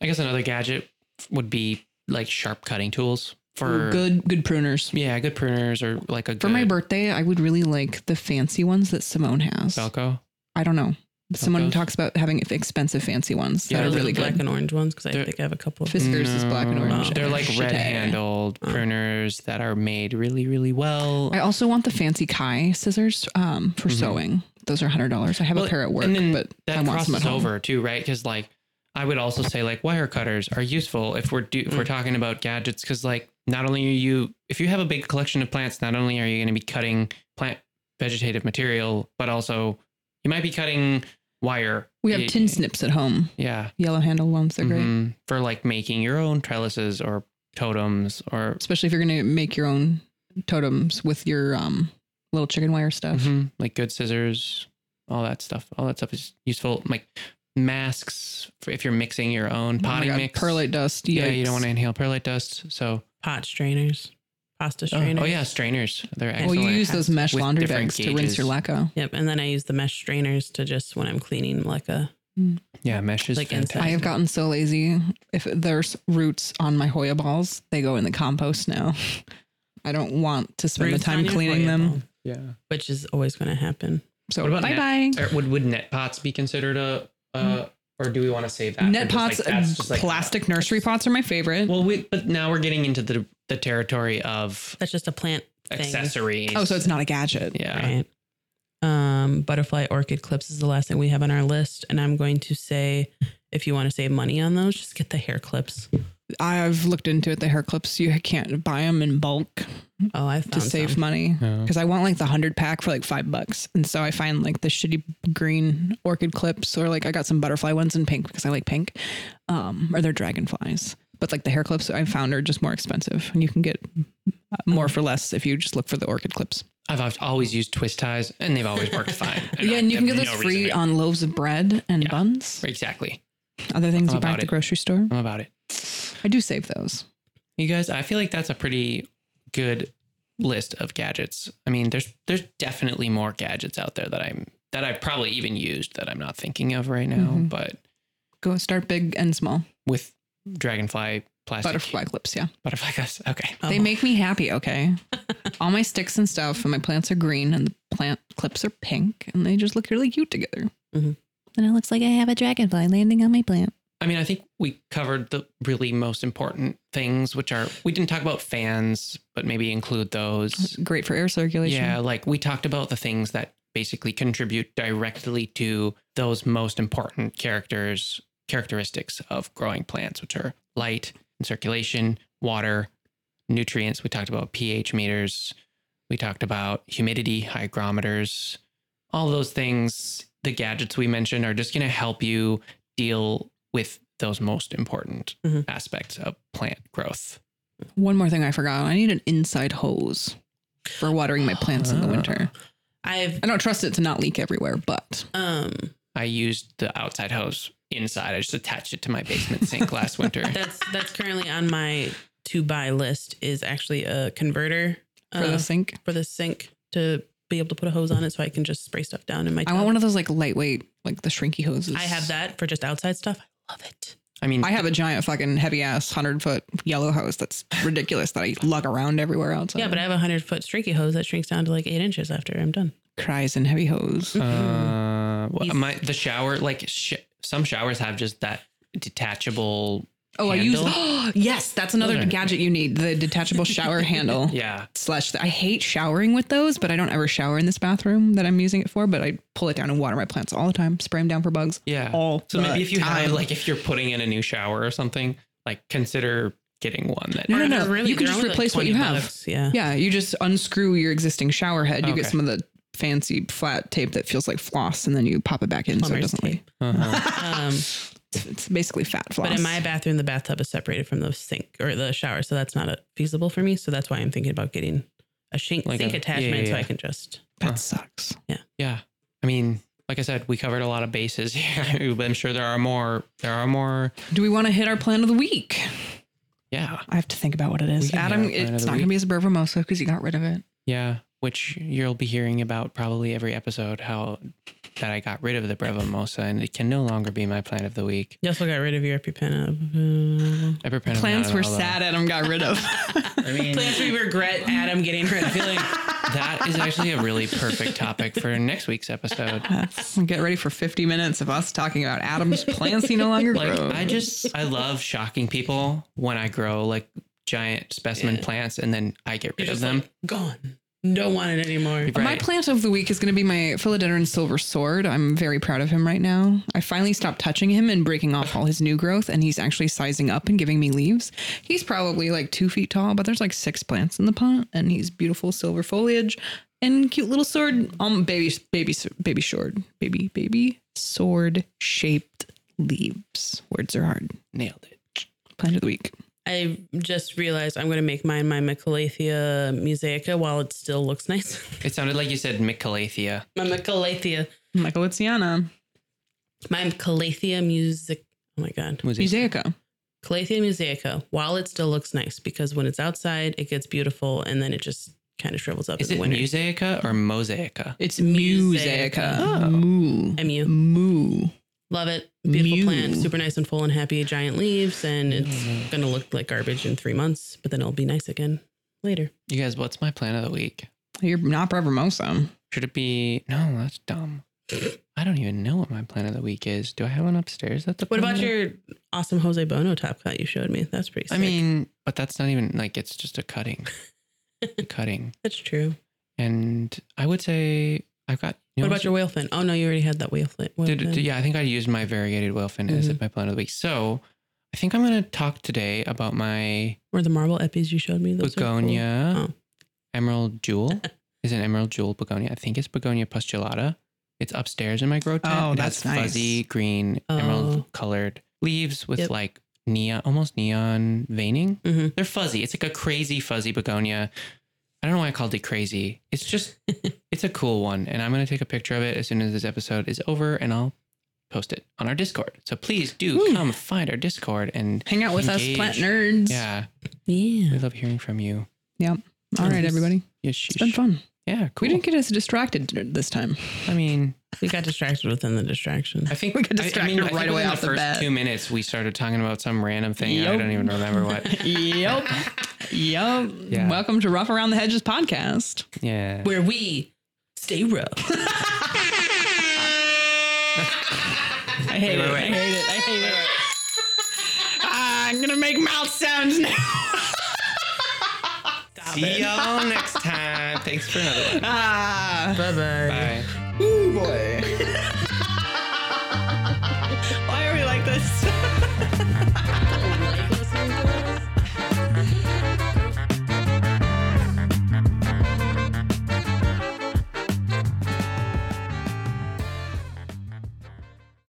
[SPEAKER 3] I guess another gadget would be like sharp cutting tools for
[SPEAKER 2] good good pruners.
[SPEAKER 3] Yeah, good pruners or like a
[SPEAKER 2] For
[SPEAKER 3] good
[SPEAKER 2] my birthday, I would really like the fancy ones that Simone has.
[SPEAKER 3] Velcro.
[SPEAKER 2] I don't know. Someone
[SPEAKER 3] Velcros?
[SPEAKER 2] talks about having expensive fancy ones
[SPEAKER 3] Yeah,
[SPEAKER 2] that are
[SPEAKER 1] Those
[SPEAKER 3] those
[SPEAKER 2] really
[SPEAKER 1] the black
[SPEAKER 2] good.
[SPEAKER 1] and orange ones because I
[SPEAKER 3] They're-
[SPEAKER 1] think I have a couple of
[SPEAKER 2] Fiskars is black and
[SPEAKER 3] No,
[SPEAKER 2] orange.
[SPEAKER 3] Mm, They're like
[SPEAKER 2] Shit. Mm.
[SPEAKER 3] red handled
[SPEAKER 1] Oh.
[SPEAKER 3] pruners that are made really, really well.
[SPEAKER 2] I also want the fancy Kai scissors um, for
[SPEAKER 3] Mhm.
[SPEAKER 2] sewing. Those are hundred dollars. I have
[SPEAKER 3] Well,
[SPEAKER 2] a pair at work,
[SPEAKER 3] and then
[SPEAKER 2] but
[SPEAKER 3] that
[SPEAKER 2] I want some at
[SPEAKER 3] crosses
[SPEAKER 2] home.
[SPEAKER 3] over too, right? Because like I would also say like wire cutters are useful if we're do- if
[SPEAKER 2] Mm.
[SPEAKER 3] we're talking about gadgets because like not only are you if you have a big collection of plants, not only are you going to be cutting plant vegetative material, but also you might be cutting wire.
[SPEAKER 2] we have
[SPEAKER 3] Y-
[SPEAKER 2] tin snips at home.
[SPEAKER 3] Yeah,
[SPEAKER 2] Yellow handle ones. They're great,
[SPEAKER 3] Mhm. for like making your own trellises or totems or
[SPEAKER 2] especially if you're going to make your own totems with your um, little chicken wire stuff.
[SPEAKER 3] Mhm. like good scissors, all that stuff. All that stuff is useful. Like masks for if you're mixing your own
[SPEAKER 2] Oh my
[SPEAKER 3] potting
[SPEAKER 2] God,
[SPEAKER 3] mix.
[SPEAKER 2] perlite dust.
[SPEAKER 3] Yeah, you don't want
[SPEAKER 2] to.
[SPEAKER 3] to inhale perlite dust. So,
[SPEAKER 1] pot strainers, pasta
[SPEAKER 3] oh,
[SPEAKER 1] strainers.
[SPEAKER 3] oh, yeah, strainers. They're
[SPEAKER 1] Well,
[SPEAKER 2] Well,
[SPEAKER 3] excellent.
[SPEAKER 2] you use those mesh
[SPEAKER 3] With
[SPEAKER 2] laundry
[SPEAKER 3] different
[SPEAKER 2] bags to rinse your
[SPEAKER 3] gauges.
[SPEAKER 2] lacquer.
[SPEAKER 1] Yep. And then I use the mesh strainers to just when I'm cleaning like a
[SPEAKER 3] Yeah, mesh is
[SPEAKER 1] Like
[SPEAKER 3] fantastic.
[SPEAKER 1] inside.
[SPEAKER 2] I have gotten so lazy. If there's roots on my Hoya balls, they go in the compost now. <laughs> I don't want to spend
[SPEAKER 1] Roots
[SPEAKER 2] the time
[SPEAKER 1] on your
[SPEAKER 2] cleaning
[SPEAKER 1] Hoya
[SPEAKER 2] them.
[SPEAKER 1] ball,
[SPEAKER 3] Yeah.
[SPEAKER 1] which is always going to happen.
[SPEAKER 2] So
[SPEAKER 3] What about
[SPEAKER 2] bye
[SPEAKER 3] net-
[SPEAKER 2] bye.
[SPEAKER 3] Or would would net pots be considered a uh, or do we want to save that?
[SPEAKER 2] Mm-hmm. Net
[SPEAKER 3] for just,
[SPEAKER 2] pots,
[SPEAKER 3] like, that's just, like,
[SPEAKER 2] plastic nursery pots are my favorite.
[SPEAKER 3] Well, we but now we're getting into the the territory of
[SPEAKER 1] That's just a plant thing.
[SPEAKER 3] accessories.
[SPEAKER 2] oh, so it's not a gadget.
[SPEAKER 3] yeah.
[SPEAKER 1] Right. Um, butterfly orchid clips is the last thing we have on our list. And I'm going to say if you want to save money on those, just get the hair clips.
[SPEAKER 2] Mm-hmm. I've looked into it. The hair clips you can't buy them in bulk
[SPEAKER 1] Oh, I found
[SPEAKER 2] to save
[SPEAKER 1] some.
[SPEAKER 2] money
[SPEAKER 3] Yeah.
[SPEAKER 2] because I want like the hundred pack for like five bucks, and so I find like the shitty green orchid clips or like I got some butterfly ones in pink because I like pink, um, or they're dragonflies. But like the hair clips I found are just more expensive, and you can get uh, more for less if you just look for the orchid clips.
[SPEAKER 3] I've al- always used twist ties, and they've always worked fine.
[SPEAKER 2] <laughs> yeah, and you
[SPEAKER 3] I
[SPEAKER 2] can get
[SPEAKER 3] have
[SPEAKER 2] those
[SPEAKER 3] no reason
[SPEAKER 2] free
[SPEAKER 3] to-
[SPEAKER 2] on loaves of bread and
[SPEAKER 3] Yeah.
[SPEAKER 2] buns,
[SPEAKER 3] Exactly.
[SPEAKER 2] other things
[SPEAKER 3] I'm
[SPEAKER 2] you buy
[SPEAKER 3] about
[SPEAKER 2] at the
[SPEAKER 3] it.
[SPEAKER 2] grocery store.
[SPEAKER 3] I'm about it.
[SPEAKER 2] I do save those.
[SPEAKER 3] You guys, I feel like that's a pretty good list of gadgets. I mean, there's there's definitely more gadgets out there that I'm that I've probably even used that I'm not thinking of right now,
[SPEAKER 2] Mhm.
[SPEAKER 3] but
[SPEAKER 2] Go start big and small.
[SPEAKER 3] with dragonfly plastic
[SPEAKER 2] Butterfly clips, yeah.
[SPEAKER 3] butterfly glass. Okay.
[SPEAKER 1] Oh.
[SPEAKER 2] They make me happy,
[SPEAKER 3] <laughs>
[SPEAKER 2] okay? All my sticks and stuff and my plants are green and the plant clips are pink and they just look really cute together.
[SPEAKER 1] Mhm.
[SPEAKER 2] And it looks like I have a dragonfly landing on my plant.
[SPEAKER 3] I mean, I think we covered the really most important things, which are we didn't talk about fans, but maybe include those.
[SPEAKER 2] Great for air circulation.
[SPEAKER 3] Yeah, like we talked about the things that basically contribute directly to those most important characters characteristics of growing plants, which are light and circulation, water, nutrients. We talked about pH meters. We talked about humidity, hygrometers, all those things. The gadgets we mentioned are just going to help you deal with those most important
[SPEAKER 1] Mhm.
[SPEAKER 3] aspects of plant growth.
[SPEAKER 2] One more thing I forgot. I need an inside hose for watering my plants
[SPEAKER 3] Ah.
[SPEAKER 2] in the winter.
[SPEAKER 1] I've,
[SPEAKER 2] I don't trust it to not leak everywhere, but
[SPEAKER 1] um,
[SPEAKER 3] I used the outside hose inside. I just attached it to my basement sink
[SPEAKER 2] <laughs>
[SPEAKER 3] last winter.
[SPEAKER 1] that's, that's currently on my to buy list is actually a converter uh,
[SPEAKER 2] for
[SPEAKER 1] Uh-huh.
[SPEAKER 2] the sink.
[SPEAKER 1] for the sink to be able to put a hose on it so I can just spray stuff down in my
[SPEAKER 2] I want one of those like lightweight, like the shrinky hoses.
[SPEAKER 1] I have that for just outside stuff. I love it.
[SPEAKER 3] I mean,
[SPEAKER 2] I have a giant fucking heavy ass hundred foot yellow hose that's ridiculous that I lug around everywhere outside.
[SPEAKER 1] Yeah, but I have a hundred foot streaky hose that shrinks down to like eight inches after I'm done.
[SPEAKER 2] cries and heavy hose.
[SPEAKER 3] uh,
[SPEAKER 2] Mm-hmm.
[SPEAKER 3] well,
[SPEAKER 1] He's-
[SPEAKER 3] my the shower like sh- some showers have just that detachable.
[SPEAKER 2] Oh, I
[SPEAKER 3] Handle?
[SPEAKER 2] use <gasps> yes, that's another
[SPEAKER 3] Okay.
[SPEAKER 2] gadget you need the detachable shower handle.
[SPEAKER 3] Yeah,
[SPEAKER 2] <laughs> Slash, I hate showering with those, but I don't ever shower in this bathroom that I'm using it for. But I pull it down and water my plants all the time, spray them down for bugs.
[SPEAKER 3] yeah.
[SPEAKER 2] All
[SPEAKER 3] so maybe
[SPEAKER 2] the
[SPEAKER 3] if you have
[SPEAKER 2] time.
[SPEAKER 3] like if you're putting in a new shower or something, like consider getting one that.
[SPEAKER 2] <laughs> No,
[SPEAKER 1] Or
[SPEAKER 2] no,
[SPEAKER 1] if
[SPEAKER 2] no,
[SPEAKER 1] it's
[SPEAKER 2] you can
[SPEAKER 1] they're
[SPEAKER 2] just
[SPEAKER 1] only,
[SPEAKER 2] replace what
[SPEAKER 1] 20
[SPEAKER 2] you have.
[SPEAKER 1] bucks, Yeah.
[SPEAKER 2] Yeah, you just unscrew your existing shower head. You get
[SPEAKER 3] Okay.
[SPEAKER 2] some of the fancy flat tape that feels like floss, and then you pop it back in so it
[SPEAKER 1] Plumber's
[SPEAKER 2] doesn't leak.
[SPEAKER 1] tape.
[SPEAKER 3] Uh-huh.
[SPEAKER 1] Um,
[SPEAKER 2] It's, it's basically fat floss.
[SPEAKER 1] but in my bathroom, the bathtub is separated from the sink or the shower, so that's not uh feasible for me. So that's why I'm thinking about getting a sink,
[SPEAKER 3] Like
[SPEAKER 1] sink
[SPEAKER 3] a- yeah,
[SPEAKER 1] attachment,
[SPEAKER 3] yeah,
[SPEAKER 1] so I
[SPEAKER 3] yeah.
[SPEAKER 1] can just.
[SPEAKER 2] that sucks.
[SPEAKER 3] yeah, I mean, like I said, we covered a lot of bases <laughs> here, but I'm sure there are more. There are more.
[SPEAKER 2] Do we want to hit our plan of the week?
[SPEAKER 3] Yeah,
[SPEAKER 2] I have to think about what it
[SPEAKER 3] We
[SPEAKER 2] is.
[SPEAKER 3] can
[SPEAKER 2] Adam,
[SPEAKER 3] hit our plan of
[SPEAKER 2] it's
[SPEAKER 3] the
[SPEAKER 2] not going to be a suburban mimosa because you got rid of it.
[SPEAKER 3] yeah. Which you'll be hearing about probably every episode. How that I got rid of the Breva Mosa and it can no longer be my plan of the week.
[SPEAKER 1] You also got rid of your EpiPen.
[SPEAKER 3] I prepare
[SPEAKER 2] Plants
[SPEAKER 3] not
[SPEAKER 2] were
[SPEAKER 3] all of-
[SPEAKER 2] sad. Adam got rid
[SPEAKER 3] <laughs>
[SPEAKER 2] of.
[SPEAKER 3] I mean,
[SPEAKER 1] Plants we regret Adam getting rid of. Feeling
[SPEAKER 3] that is actually a really perfect topic for next week's episode.
[SPEAKER 2] Yes. Get ready for 50 minutes of us talking about Adam's plants he no longer
[SPEAKER 3] Like,
[SPEAKER 2] grows.
[SPEAKER 3] I just, I love shocking people when I grow like giant specimen plants and then I get rid
[SPEAKER 1] You're just
[SPEAKER 3] of them.
[SPEAKER 1] like, gone. Don't want it anymore.
[SPEAKER 2] My
[SPEAKER 3] right.
[SPEAKER 2] plant of the week is going to be my philodendron silver sword. I'm very proud of him right now. I finally stopped touching him and breaking off all his new growth, and he's actually sizing up and giving me leaves. He's probably like two feet tall, but there's like six plants in the pot, and he's beautiful silver foliage and cute little sword. Um, baby, baby, baby sword, baby, baby sword shaped leaves. Words are hard.
[SPEAKER 3] Nailed it.
[SPEAKER 2] Plant of the week.
[SPEAKER 1] I just realized I'm going to make mine my Mycalathea mosaica while it still looks <laughs> nice.
[SPEAKER 3] It sounded like you said Mycalathea.
[SPEAKER 1] my Mycalathea.
[SPEAKER 2] Michael Luciana.
[SPEAKER 1] My Calathea music. Oh my God.
[SPEAKER 3] Was it?
[SPEAKER 2] Mosaica.
[SPEAKER 1] Calathea mosaica, while it still looks nice, because when it's outside, it gets beautiful and then it just kind of shrivels up
[SPEAKER 3] Is
[SPEAKER 1] in
[SPEAKER 3] it
[SPEAKER 1] the winter.
[SPEAKER 3] Musaica or Mosaica?
[SPEAKER 2] It's
[SPEAKER 1] Musaica.
[SPEAKER 2] Musaica.
[SPEAKER 3] Oh.
[SPEAKER 2] Moo.
[SPEAKER 1] MU.
[SPEAKER 2] Moo.
[SPEAKER 1] Love it. Beautiful
[SPEAKER 2] Mew.
[SPEAKER 1] plant, super nice and full and happy, giant leaves, and it's
[SPEAKER 3] Mm-hmm.
[SPEAKER 1] going to look like garbage in three months, but then it'll be nice again later.
[SPEAKER 3] You guys, what's my plan of the week?
[SPEAKER 2] You're not Brother Mosa.
[SPEAKER 3] Should it be? No, that's dumb. I don't even know what my plan of the week is. Do I have one upstairs? That's the.
[SPEAKER 1] What
[SPEAKER 3] plan
[SPEAKER 1] about
[SPEAKER 3] of the-
[SPEAKER 1] your awesome Jose Bono top cut you showed me? That's pretty sick.
[SPEAKER 3] I mean, but that's not even like it's just
[SPEAKER 1] <laughs>
[SPEAKER 3] a cutting, a cutting.
[SPEAKER 1] that's true.
[SPEAKER 3] And I would say I've got. you
[SPEAKER 1] What
[SPEAKER 3] know,
[SPEAKER 1] about your whale fin? Oh no, you already had that whale fin. Whale
[SPEAKER 3] Did,
[SPEAKER 1] fin.
[SPEAKER 3] did- yeah, I think I used my variegated whale fin as
[SPEAKER 1] Mm-hmm.
[SPEAKER 3] my plan of the week. So I think I'm going to talk today about my
[SPEAKER 1] Or the marble epis you showed me. Those are cool.
[SPEAKER 3] begonia,
[SPEAKER 1] Oh.
[SPEAKER 3] emerald
[SPEAKER 1] <laughs>
[SPEAKER 3] jewel. is an emerald jewel begonia. I think it's begonia pustulata. It's upstairs in my grow tent.
[SPEAKER 2] Oh,
[SPEAKER 3] It
[SPEAKER 2] that's
[SPEAKER 3] has
[SPEAKER 2] nice.
[SPEAKER 3] fuzzy green
[SPEAKER 1] Oh.
[SPEAKER 3] emerald colored leaves with
[SPEAKER 1] Yep.
[SPEAKER 3] like neon, almost neon veining.
[SPEAKER 1] Mhm.
[SPEAKER 3] They're fuzzy. It's like a crazy fuzzy begonia. I don't know why I called it crazy. It's
[SPEAKER 1] <laughs>
[SPEAKER 3] just, it's a cool one. And I'm going to take a picture of it as soon as this episode is over and I'll post it on our Discord. So please do
[SPEAKER 1] Ooh.
[SPEAKER 3] come find our Discord and
[SPEAKER 2] Hang out with us,
[SPEAKER 3] Engage.
[SPEAKER 2] plant nerds.
[SPEAKER 3] yeah, we
[SPEAKER 1] Yeah.
[SPEAKER 3] love hearing from you.
[SPEAKER 2] All right,
[SPEAKER 1] Nice.
[SPEAKER 2] everybody.
[SPEAKER 3] Yes, sheesh.
[SPEAKER 2] It's been fun.
[SPEAKER 3] Yeah,
[SPEAKER 2] We
[SPEAKER 3] cool.
[SPEAKER 2] didn't get as distracted this time.
[SPEAKER 3] I mean,
[SPEAKER 1] We got distracted within the distraction.
[SPEAKER 3] <laughs> I think
[SPEAKER 2] We got
[SPEAKER 3] I- I
[SPEAKER 2] distracted
[SPEAKER 3] I think
[SPEAKER 2] right away
[SPEAKER 3] within
[SPEAKER 2] off
[SPEAKER 3] the
[SPEAKER 2] the
[SPEAKER 3] first
[SPEAKER 2] bat.
[SPEAKER 3] two minutes, we started talking about some random thing. and I
[SPEAKER 2] Yup.
[SPEAKER 3] don't even remember what.
[SPEAKER 2] <laughs> yep. Yep.
[SPEAKER 3] Yeah.
[SPEAKER 2] Welcome to Rough Around the Hedges podcast.
[SPEAKER 3] Yeah.
[SPEAKER 2] <laughs>
[SPEAKER 1] Where we stay rough.
[SPEAKER 2] I hate
[SPEAKER 3] Wait,
[SPEAKER 2] it.
[SPEAKER 3] wait, wait.
[SPEAKER 2] I hate it. I hate it. I'm going to make mouth sounds now.
[SPEAKER 3] See y'all next time. Thanks for another
[SPEAKER 2] <laughs>
[SPEAKER 3] one.
[SPEAKER 2] ah.
[SPEAKER 1] Bye bye.
[SPEAKER 3] Bye.
[SPEAKER 2] Ooh, <laughs> boy. Why are we like this?